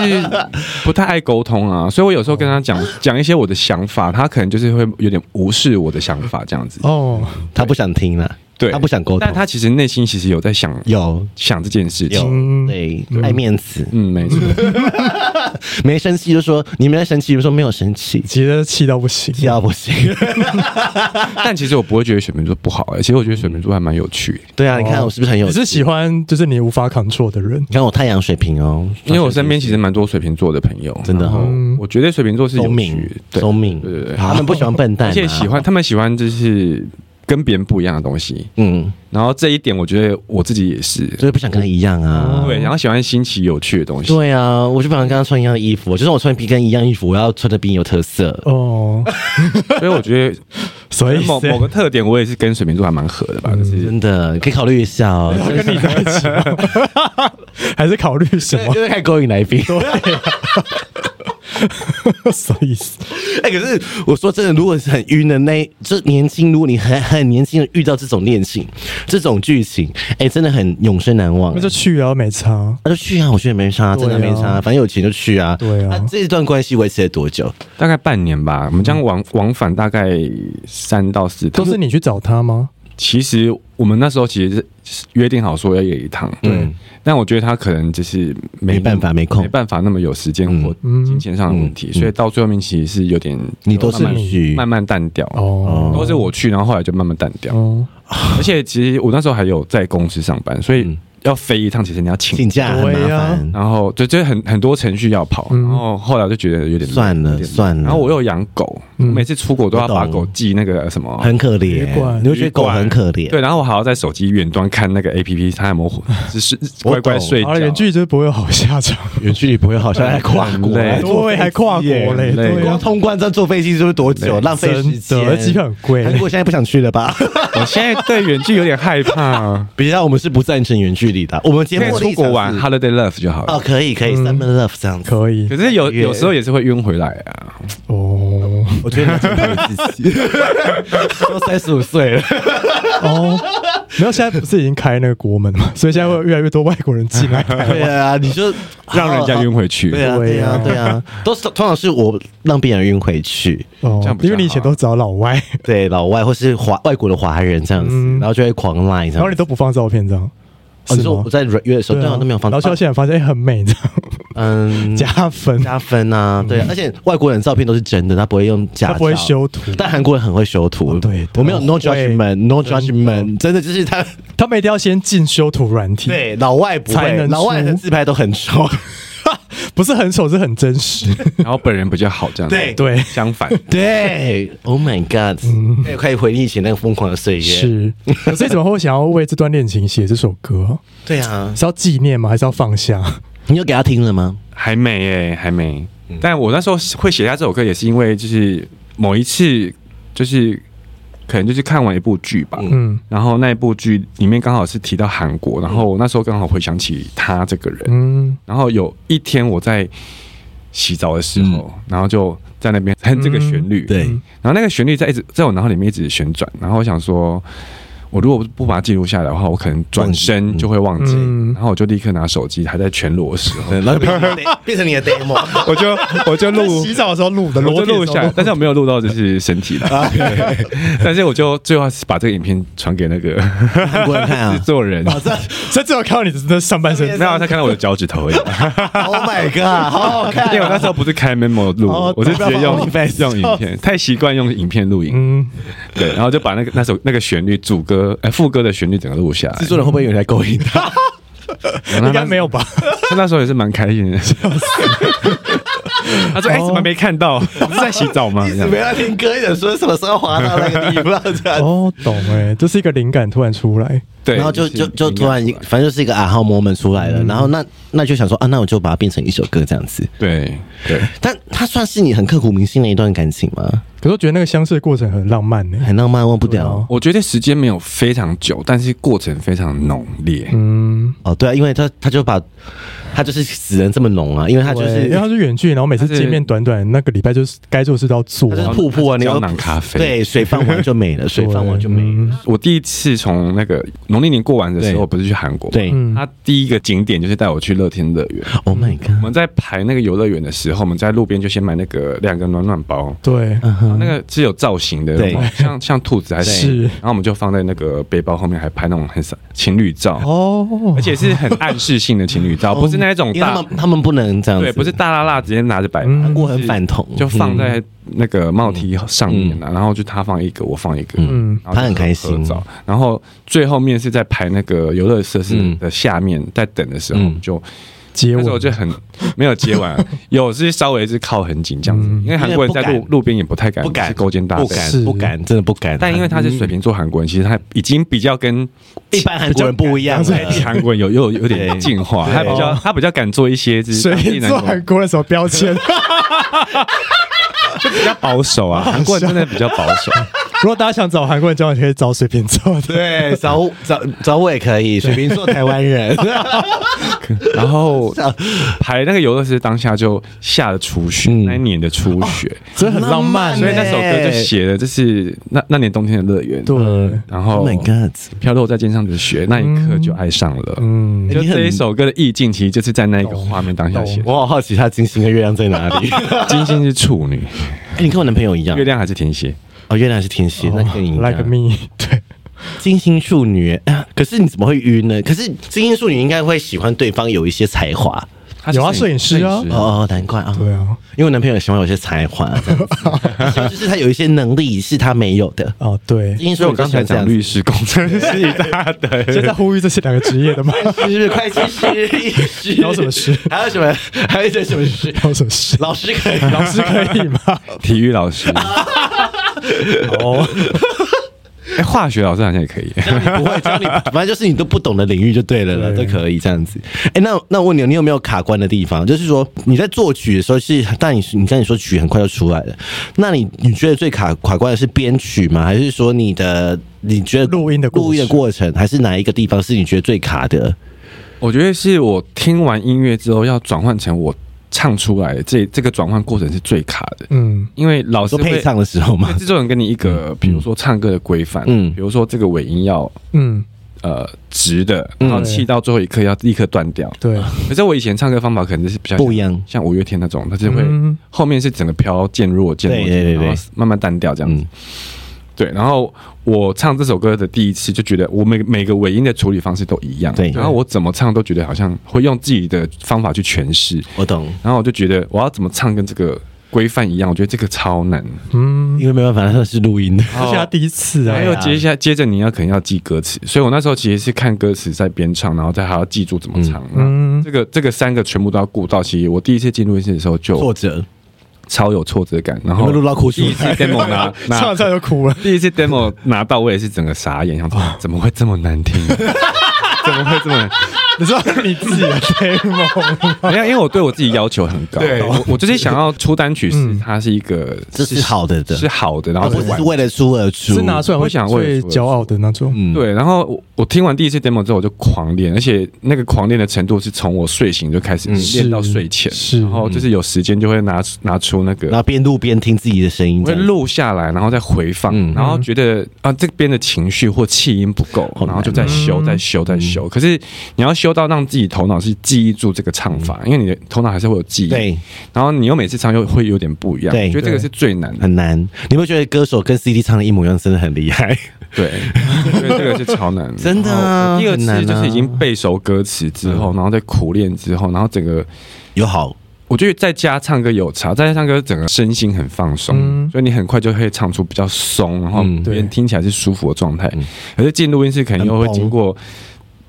不太爱沟通啊，所以我有时候跟他讲讲一些我的想法，他可能就是会有点无视我的想法这样子。
哦，
他不想听了，
对，
他不想沟通
但，他其实内心其实有在想
有
想这件事
有
情。
嗯
对爱面子，
嗯，没错。
没生气就说你没在生气，就说没有生 气，
其实气到不行。
气到不行。
但其实我不会觉得水瓶座不好、欸，其实我觉得水瓶座还蛮有趣、
对啊，你
哦
看我是不是很有
你
趣？
是喜欢就是你无法 control 的人，
你看我太阳水瓶哦，
因为我身边其实蛮多水瓶座的朋友，
真的哦
然后我觉得水瓶座是有
聪
趣
明
的，，对
聪明，
对对对
他们不喜欢笨蛋，啊
而且喜，欢他们喜欢就是跟别人不一样的东西，
嗯，
然后这一点我觉得我自己也是，
就是不想跟他一样啊。
对，然后喜欢新奇有趣的东西，
对啊，我就不想跟他穿一样的衣服，就算我穿比跟一样衣服，我要穿的比你有特色。
哦，
所以我 觉得
所以
某某个特点我也是跟水瓶座还蛮合的吧，就是
真的可以考虑一下哦，
啊
跟你在一起 吗，还是考虑什么？
就是看勾引来宾。
什么 意思？
哎、可是我说真的，如果是很晕的那，就年轻，如果你很很年轻的遇到这种恋情、这种剧情，哎、真的很永生难忘、
那就去啊，没差。
那就去啊，我觉得没差，真的没
对
差，
啊
反正有钱就去啊。
对啊
那这一段关系维持了多久？
大概半年吧，我们这样往往返大概三到四趟，
都是你去找他吗？
其实我们那时候其实是约定好说要约一趟，
嗯，
但我觉得他可能就是没
没办法没空
没办法那么有时间或
嗯
金钱上的问题，
嗯
所以到最后面其实是有点
你都是
慢慢
你去
慢慢淡掉，
哦
都是我去，然后后来就慢慢淡掉。
哦，
而且其实我那时候还有在公司上班，所
嗯
以要飞一趟，其实你要请，
请假很麻
对啊
烦，
然后就就很很多程序要跑，
嗯
然后后来我就觉得有点累
算了
有点累
算了
然后我又养狗，
嗯
每次出国都要把
我懂
狗寄那个什么。
很可怜
旅馆，
你会觉得狗很可怜。
对，然后我还要在手机远端看那个 A P P，它有没有只是
我
乖乖
懂
睡
好
觉。
了，远距离就是不会有好下场。
远距离不会好像还跨国，
很累
坐飞
对，还跨国
机耶
嘞，
累
对
光
啊，
通关再坐飞机就是多久，浪费时
真的
间。
机票很贵
韩国现在不想去了吧？
我现在对远距有点害怕，
别让我们是不赞成远距离的，我们节
可以
目的
出
立场
国
是
玩 Holiday Love 就好
哦，
了。
可以可以，summer
嗯
love 这样子，
可以
可是有
约
有时候也是会晕回来啊。
哦
我觉得你要检讨你自己，都三十五岁了，
哦。没有，现在不是已经开那个国门 嘛，所以现在会有越来越多外国人进来台
对
湾。
啊，你就
让人家晕回去
对啊对啊对
对
啊，都是通常是我让别人晕 回去，
这样
哦，
比
因
较
为你以前都找老外，
啊对老外或是华外国的华人这样子，
嗯
然后就会狂 line
然
这
后
样
你
子。
都不放照片，这样
哦你
是
说
吗
我？在约的时候，对啊，都没有放。
然后就现在发现哎很美，这样
嗯，
加分，
加分啊，对啊，而且外国人照片都是真的，他不会用假
嗯
照，
他不会修图
但韩国人很会修图。
哦对
我没有
他
no
会
judgment，no judgment，真的就是 他
他们一定要先进修图软体，，
对老外不
才
会，
能
老外
出
的自拍都很丑。
不是很丑，是很真实。
然后本人比较好这样子。
对
对
相反，
对，Oh my God，
嗯
哎可以回忆以前那个疯狂的岁月。，
是，可是你怎 么会想要为这段恋情写这首歌啊？
对啊，
是要纪念吗？还是要放下？
你有给他听了吗？
还没诶、还没。
嗯
但我那时候会写下这首歌，也是因为就是某一次，就是可能就是看完一部剧吧，
嗯嗯
嗯
然后那一部剧里面刚好是提到韩国，然后我那时候刚好回想起他这个人，
嗯，
然后有一天我在洗澡的时候，然后就在那边哼这个旋律，
嗯对，
然后那个旋律在一直在我脑海里面一直旋转，然后我想说，我如果不把它记录下来的话，我可能转身就会忘记，
嗯
然后我就立刻拿手机，还在全裸的时 候，
然后变成你的变成你的 demo，
我就我就 录
洗澡的时候录的，
我就
裸体
录
的时候
下来，但是我没有录到就是身体的，对 但是我就最后还是把这个影片传给那个
韩国人看啊
制作人，
所以只有看到你的上半身。
没有他看到我的脚趾头而已，
，Oh my God，好好看
因为我那时候不是开 memo 录
哦，
我是直接用
不要放 OnlyFans
用影片，太习惯用影片录影，
嗯，
对，然后就把那个那首那个旋律主歌哎副歌的旋律整个录下来
制，作人会不会有人来勾引他？
然后
应该
那
没有 吧？
他那时候也是蛮开心的。 他说：“哎、
哦
怎么没看到？不是在洗 澡吗？”
一
这
直
样
没要听歌，一直说什么时候滑到那个地方这样。
哦欸哦，懂哎，这是一个灵感突然出来。
对，
然后就是就就
灵感
突然
出来，
反正就是一个啊号 moment 出来了，然后那那就想说啊，那我就把它变成一首歌这样子。
对对，
但它算是你很刻骨铭心的一段感情吗？
可是我觉得那个相识的过程很浪漫呢、
很浪漫，忘不
对
了
啊。
我觉得时间没有非常久，但是过程非常浓烈。
嗯，
哦，对啊，因为他他就把他就是死人这么浓啊，因为他就
对因为
是
他是远距，然后每次
他是
见面短短那个礼拜，就是该做事都要做
他
啊、
就是瀑布啊，你
胶
要
囊咖啡
对，水放完就没了，水放完就没了。
了。
我第一次从那个农历年过完的时
对
候，不是去韩国吗，
对
嗯
他第一个景点就是带我去乐天乐园。
，Oh my
我
god，
们在排那个游乐园的时候，我们在路边就先买那个两个暖暖包，
对，
嗯哼
那个是有造型的，
对
像像兔子还
是
然后我们就放在那个背包后面，还拍那种很傻情侣照，
哦
而且是很暗示性的情 侣照，不是那种
哦因为他
大
们他们不能这样子，
对，不是大拉拉直接拿着摆
嗯
韩国很反同，
就放在那个帽梯上面啊，然后就他放一个，我放一个，
嗯
然后就
嗯他很开心
合照。然后最后面是在排那个游乐设施的下面，在等的时候
嗯
就。
接
那时候
吻
就很没有接 完，有是稍微是靠很紧这样子，
嗯
因为韩国人在
因为
路
不敢
路边也不太敢
不敢
是勾肩搭
不
背，
敢
是
不敢，真的不敢。
但因为他是水瓶座韩国人，其实他已经比较跟
一般韩国人不一样了，
韩国人有有有
对
点进化，他比较他比较敢做一些就是
所
当地
以
人
做韩国的什么标 签？
就比较保守啊，韩国人真的比较保 守。
如果大家想找韩国人交往，可以找水瓶座的。
对，找找找我也可以，水瓶座台湾人，
然后排那个游乐是当下就下了初雪，
嗯
那一年的初雪，
真的很浪漫
所以
欸
那首歌就写了，就是那那年冬天的乐园，
对，
然后
Oh my God，
飘落在肩上的雪，那一刻就爱上了。
嗯，
就
你很
这一首歌的意境，其实就是在那一个画面当下写的。
我好好奇他金星跟月亮在哪里？
金星是处女，
哎你跟我男朋友一样
月，亮还是天蝎？
哦，月亮是天蝎，那跟你一样
like me，对，
金星处女，啊可是你怎么会晕呢？可是金星处女应该会喜欢对方有一些才华
他
有啊摄影师啊
哦，难怪啊，
对啊，
因为我男朋友喜欢有些才华， 这样子就是他有一些能力是他没有的。
哦对，
金星
所
处
以我
女就
刚
喜
才
欢这
讲
样子，
律师、工程师一 大
现在
堆，
呼吁这些两个职业的 吗？
是会计师、律师，
还有什么师？
还有什么？还有一些什么师？
还有什么事？
老师可以，
老师可以吗？
体育老 师，
哦，
哎，化学老师好像也可以。
不会，只要你反正就是你都不懂的领域就对了啦，都
对
可以这样子。哎、那那我问你，你有没有卡关的地方？就是说你在作曲的时候是，但你你像你说曲很快就出来了，那你你觉得最卡卡关的是编曲吗？还是说你的你觉得
录音的过程
录音的过程，还是哪一个地方是你觉得最卡的？
我觉得是我听完音乐之后，要转换成我唱出来的，这这个转换过程是最卡的，
嗯，
因为老师
说
会
配唱的时候吗
会？制作人给你一个，比如说唱歌的规范，
嗯
嗯，比如说这个尾音要
嗯，
呃直的，
嗯
然后气到最后一刻要立刻断掉。
对，
可是我以前唱歌方法可能是比较
不一样
像五月天那种，它是会
嗯
后面是整个飘渐弱渐弱，
对对对对嗯
然后慢慢单调这样子。对，然后我唱这首歌的第一次就觉得，我每每个尾音的处理方式都一样，
对
然后我怎么唱都觉得好像会用自己的方法去诠释，
我懂，
然后我就觉得我要怎么唱跟这个规范一样，我觉得这个超难。
嗯，
因为没办法，它是录音的。
这
然后
是他第一次啊
还，有接下接着你要可能要记歌词，所以我那时候其实是看歌词在边唱，然后再还要记住怎么唱。
嗯
嗯，这个这个三个全部都要顾到。其实我第一次进录音室的时候
挫
就
折，
超有挫折感，然
有
后
没有录到哭出
哦第一次
来
demo 拿
唱
拿
着唱着就哭了。
第一次 demo 拿到，我也是整个傻眼，想说怎么会这么难听？啊怎么会这么难？
你知道 你自 己的啊 demo 吗？
没有，因为我对我自己要求很高。对，我我就是想要出单曲是
嗯
它是一个
这是好的的
是好的，然
而
后
不
是
是
完
为了出而出，
是拿出来
我
会
想我也
最
是
骄傲的那种。
嗯，
对，然后我我听完第一次 demo 之后，我就狂练，而且那个狂练的程度是从我睡醒就开始练到睡前，
是
然后就是有时间就会拿拿出那
然
个
后。边录边听自己的声音
我
这
会
样子，
录下来，然后再回放，
嗯
然后觉得啊这边的情绪或气音不够，
好难嗯
然后就再修、再修、再修。可是你要修到让自己头脑是记忆住这个唱法，因为你的头脑还是会有记忆。
对，
然后你又每次唱又会有点不一样，
对
我觉得这个是最难的。
很难。你有没有觉得歌手跟 CD 唱的一模一样，真的很厉 害？
对，因为这个是超难的，
真的啊
然后我呃第二次就
很难啊嗯
是已经背熟歌词之后，然后再苦练之后，然后整个
有好
我觉得在家唱歌有差，在家唱歌整个身心很放松，
嗯
所以你很快就会唱出比较松，然后
嗯
别人听起来是舒服的状态。
嗯
可是进录音室肯定又会
很崩
经过。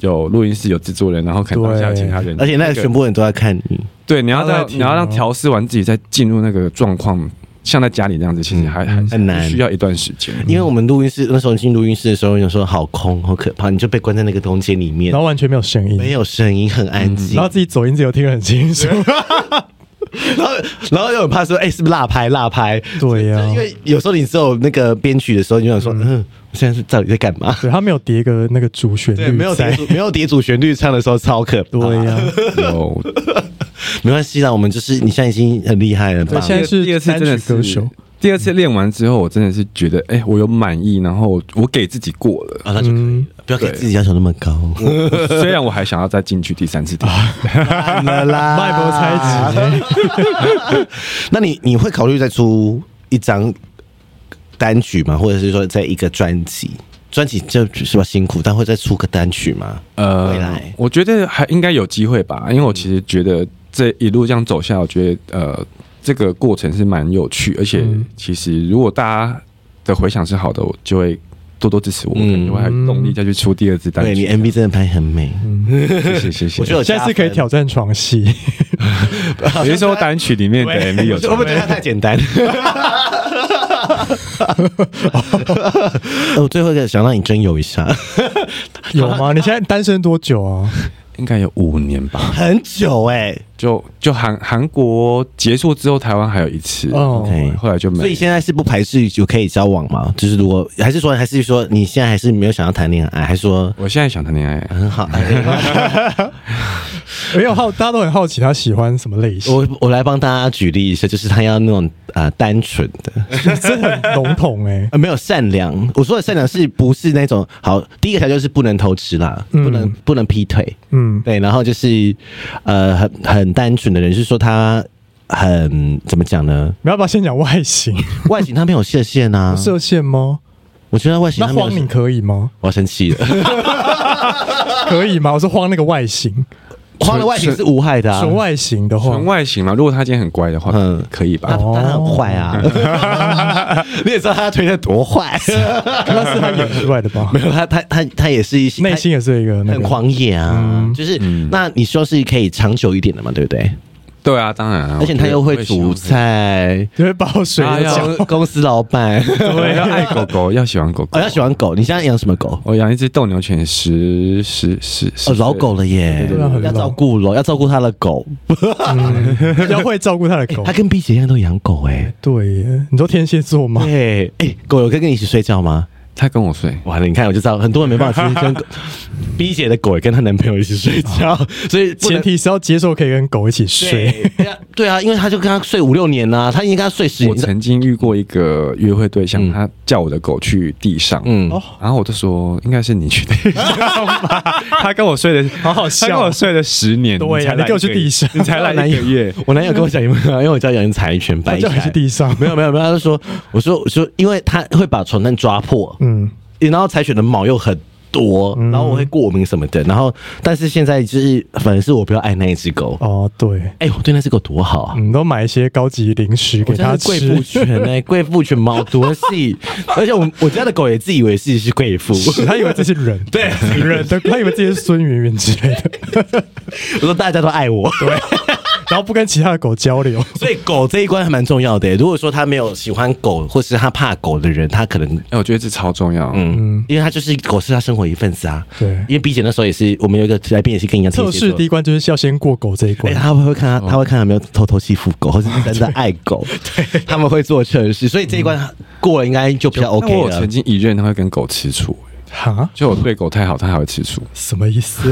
有录音室，有制作人，然后可能当下有
对
其他人，
而且那
嗯个
全部人都在看你，
对，你要
他在
到
听
你要让
哦
调试完自己再进入那个状况像在家里那样子，其实还还
嗯很难
需要一段时间。
因为我们录音室那时候进录音室的时候，想说好空好可怕，你就被关在那个空间里面
然，后完全没有声音，
没有声音，很安
嗯
静。
然后自己走音自由听得很清楚。
然后，然后又很怕说，哎、是不是辣拍辣拍？
对呀、
因为有时候你只有那个编曲的时候，你就想说，嗯，我现在是到底在干嘛？
对他没有叠一个那个主旋律在，
对， 没有叠主没有叠主旋律唱的时候超可怕。
对 呀、
有，
没关系啦，我们就是你现在已经很厉害了吧
对？现在是
啊第二次真的
单曲
是
歌手。
第二次练完之后，我真的是觉得，哎、我有满意，然后我我给自己过 了。
啊，那就可
嗯
以了，不要给自己要求那么高。
虽然我还想要再进去第 三次、第四次
完了啦，
脉搏猜
猜忌。那你你会考虑再出一张单曲吗？或者是说，在一个专辑？专辑就是吧辛苦，但会再出个单曲吗？
呃
未来
我觉得还应该有机会吧，因为我其实觉得这一路这样走下来，我觉得呃，这个过程是蛮有趣，而且
嗯
其实如果大家的回响是好的，我就会多多支持我，
嗯
嗯、我还有动力再去出第二支单
对你
曲。
MV 真的拍很美，
嗯
谢谢谢谢。
我觉得有
下次
加
可以
分
挑战床 戏，
有些时候单曲里面的 MV 有
我们觉得太简 单。我哦最后一个想让你真有一下，
有吗？你现在单身多久啊？
应该有五年吧，
很久哎、
就就韩韩国结束之后，台湾还有一次，嗯
哦
OK
后来就
所以
没。
现在是不排斥有可以交往吗？就是如果还是说还是说你现在还是没有想要谈恋爱，还是说
我现在想谈恋爱，
很好？
没有好，大家都很好奇他喜欢什么类型，
我我来帮大家举例一下，就是他要那种啊、呃单纯的，
真的很笼统哎、
呃没有善良。我说的善良是不是那种好？第一个条件就是不能偷吃啦，不能
嗯
不能劈腿，
嗯，
对，然后就是呃很很单纯的人，是说他很怎么讲呢？
你要不要先讲外形？
外形他没有射线啊，
射线吗？
我觉得外形
那
他没
慌你
有，
可以吗？
我要生气了。
可以吗？我是慌那个外形，
花的外形是无害的、啊，
纯外形的话
纯，外形嘛，如果他今天很乖的话，
嗯
可以吧？
他他很坏啊， 你也知道他推的多坏，
哦
啊
那是他演出来的吧
没？有他他他他也是一些
内心也是一个那
很
个，
狂野啊，
嗯
就是、那你说是可以长久一点的嘛，对不对？
对啊，当然啊，
而且他又
我觉
会
得
煮，菜，
就会爆水
啊
哎
的
呀
脚。
公公司老板，
对，要爱狗狗，要喜欢狗狗，
我哦要喜欢狗，你现在养什么狗？
我养一只斗牛犬，十十十十
哦，老狗了耶
对对对，对
要照顾咯，要照顾他的狗。
嗯比较会照顾他的狗
哎他。跟 B 姐一样都养狗哎、
对耶，你说天蝎座吗？
对，哎、狗有跟跟你一起睡觉吗？
它跟我睡，
完了，你看我就知道，很多人没办法 接受跟狗 B 姐的狗也跟她男朋友一起睡觉， 所以不
前
能
提是要接受可以跟狗一起睡。
对对啊对啊，因为他就跟他睡五六年啦、他已经跟他睡十
我
年。
曾经遇过一个约会对象，
嗯
他叫我的狗去地上，
嗯，
哦
然后我就说应该是你去地上 吧，他跟我睡的
好好笑
他跟我睡了十年，
啊
对呀
才来
你给我去
一个月
地上
你才来一个月，
我男友跟我讲，因为因为我家养柴犬白
他叫你去
柴，
地上，
没有没有没有，他就说，我说我说，因为他会把床单抓破，
嗯，
然后柴犬的毛又很多，然后我会过敏什么的，然后但是现在就是反正是我比较爱那一只狗，
哦，对，
哎、我对那只狗多好啊。
你都买一些高级零食
我
给
家
它
是贵妇
吃。
犬哎、贵妇犬毛多细，而且我我家的狗也自以为自己是贵妇，
他以为这是人，对人， 他以为这些是孙云云之类 的，
我说大家都爱我，对，
然后不跟其他的狗交流。
所以狗这一关还蛮重要的欸耶。如果说他没有喜欢狗，或是他怕狗的人，他可能
哎，我觉得这超重要，
嗯，因为他就是狗是他生活一份子啊。
对
因为 B 姐那时候也是，我们有一个来宾也是跟你一样
测试第一。关就是要先过狗这一
哎、
关。
他会看他，他会看有没有偷偷欺负狗，或是真的爱 狗，他们会做测试，所以这一关过了应该就比较
那
OK 啊
我有
了
曾。经一任他会跟狗吃醋，
哈，
就我对狗太好，他还会吃醋，
什么意 思？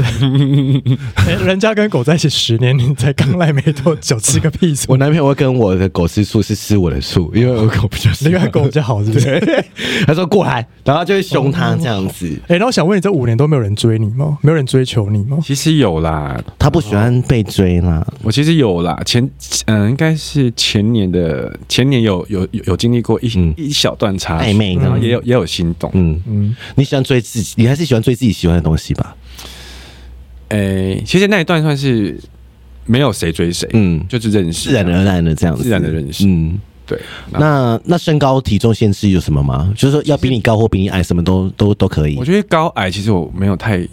哎人家跟狗在一起十年，你才刚来没多久，吃个屁
我
醋！
男朋友会跟我的狗吃醋，是吃我的醋，因为我 狗比较喜
你
欢
跟狗比较好，是不是？
他说过来，然后就会凶他这样子。
哎、那我想问你，这五年都没有人追你吗？没有人追求你吗？
其实有啦，
他不喜欢被追啦，
我其实有啦，前嗯、应该是前年的前年有有有有经历过一、
嗯
一小段插曲
暧昧
然后
呢。
也有也有心动，嗯，
嗯嗯，你喜欢追自己，你还是喜欢追自己喜欢的东西吧？
诶、哎其实那一段算是没有谁追谁，
嗯
嗯，就是认识
自然而然的这样子，
自然地认识
嗯，
对，那
那那身高体重限制有什么吗？就是说要比你高或比你矮，什么都都都可以
我。觉得高矮其实我没有太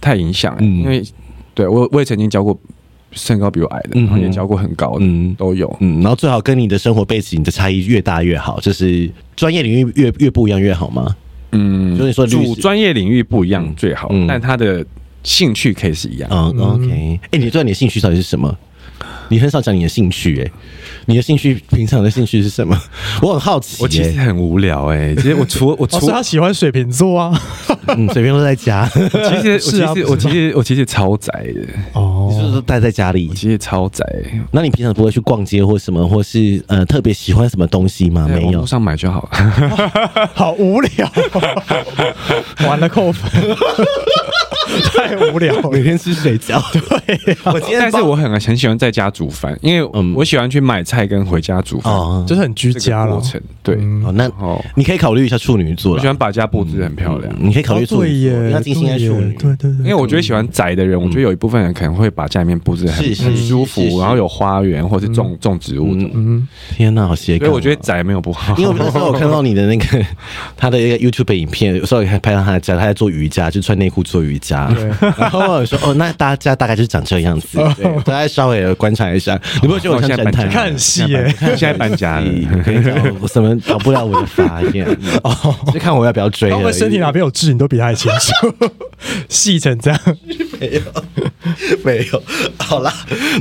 太影响、欸
嗯
因为对我我也曾经交过身高比我矮的，
嗯
然后也
哼
教过很高的，
嗯
都有。
嗯，然后最好跟你的生活背景的差异越大越好，就是专业领域越越不一样越好吗？
嗯，
所以说律
主
师
专业领域不一样最好，
嗯
但他的兴趣可以是一样。
嗯，OK。哎、你知道你的兴趣到底是什么？你很少讲你的兴趣、哎，你的兴趣平常的兴趣是什么？ 我很好奇、
我其实
哎
很无聊哎、其实我除我
哦，
除
所以他喜欢水瓶座啊。
嗯，随便都在 家，
其实我
是啊
其实我
不是
其
吗
实我其实超宅的，
你是不
哦，
是都待在家里
我？其实超宅，
那你平常不会去逛街或什么，或是呃特别喜欢什么东西吗？
在
啊没
网
有
络。上买就好了。
好无聊 哦，完了扣分，太无聊了。
每天吃水饺， 对、 我今天
但是我很很喜欢在家煮饭，因为
嗯
我喜欢去买菜跟回家煮饭
哦，
就是很居
这
家
个
了
过。程。对，
嗯
哦，那
哦，
你可以考虑一下处女座
我喜
了
欢。把家布置得很漂亮。
你可以考虑
哦
处
对
女座，
耶，
要精心在
对
处
耶
女。
对对对，
因为我觉得喜欢宅的人，我觉得有一部分人可能会把家里面布置得
嗯
很
是是
很
是
舒
是是
服，然后有花园或是种种植物的。
嗯，
天哪，好邪
所
杠
以
哦！
我觉得宅没有不好，
因为我那时候我看到你的那 个他的一个 YouTube 影片，有时候还拍到他的家，他在做瑜伽，就穿内裤做瑜伽。
对
然后我说哦，那大家大概就是长这个样子， 对，大家稍微观察一下。你不会觉得我像
现在
侦
搬家
探
了
吗？
看戏耶
现在搬家了，
我跟你讲，我怎么搞不了我的发 言？哦，就看我要不要追
他
而
们
已。
身体哪边有痣，你都比他还清楚，细成这样。
没有，好啦，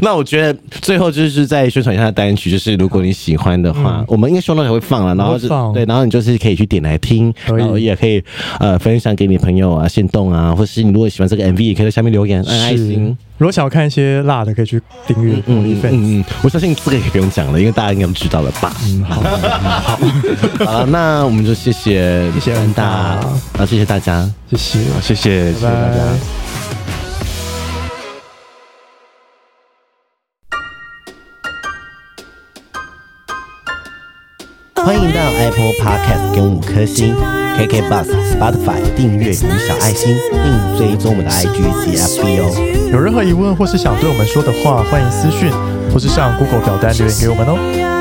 那我觉得最后就是再宣传一下单曲，就是如果你喜欢的话，我们应该 show note 还会放了，然后
会
就
放
对，然后你就是可以去点来听，
可以
然后也可以呃分享给你朋友啊、线动啊，或是你如果喜欢这个 MV，也可以在下面留言按爱心。
如果想要看一些辣的，可以去订阅
嗯
OnlyFans。
嗯嗯，我相信这个也不用讲了，因为大家应该都知道了吧？嗯， 好，好了，那我们就谢谢
谢谢
安大，
安大
啊，谢谢大家。
谢谢，
好谢谢，谢谢
拜
大家
拜。。
欢迎到 Apple Podcast 给我们五颗星，KK Bus、Spotify 订阅与小爱心，并追踪我们的 IG 及 FB 哦。
有任何疑问或是想对我们说的话，欢迎私讯或是上 Google 表单留言给我们哦。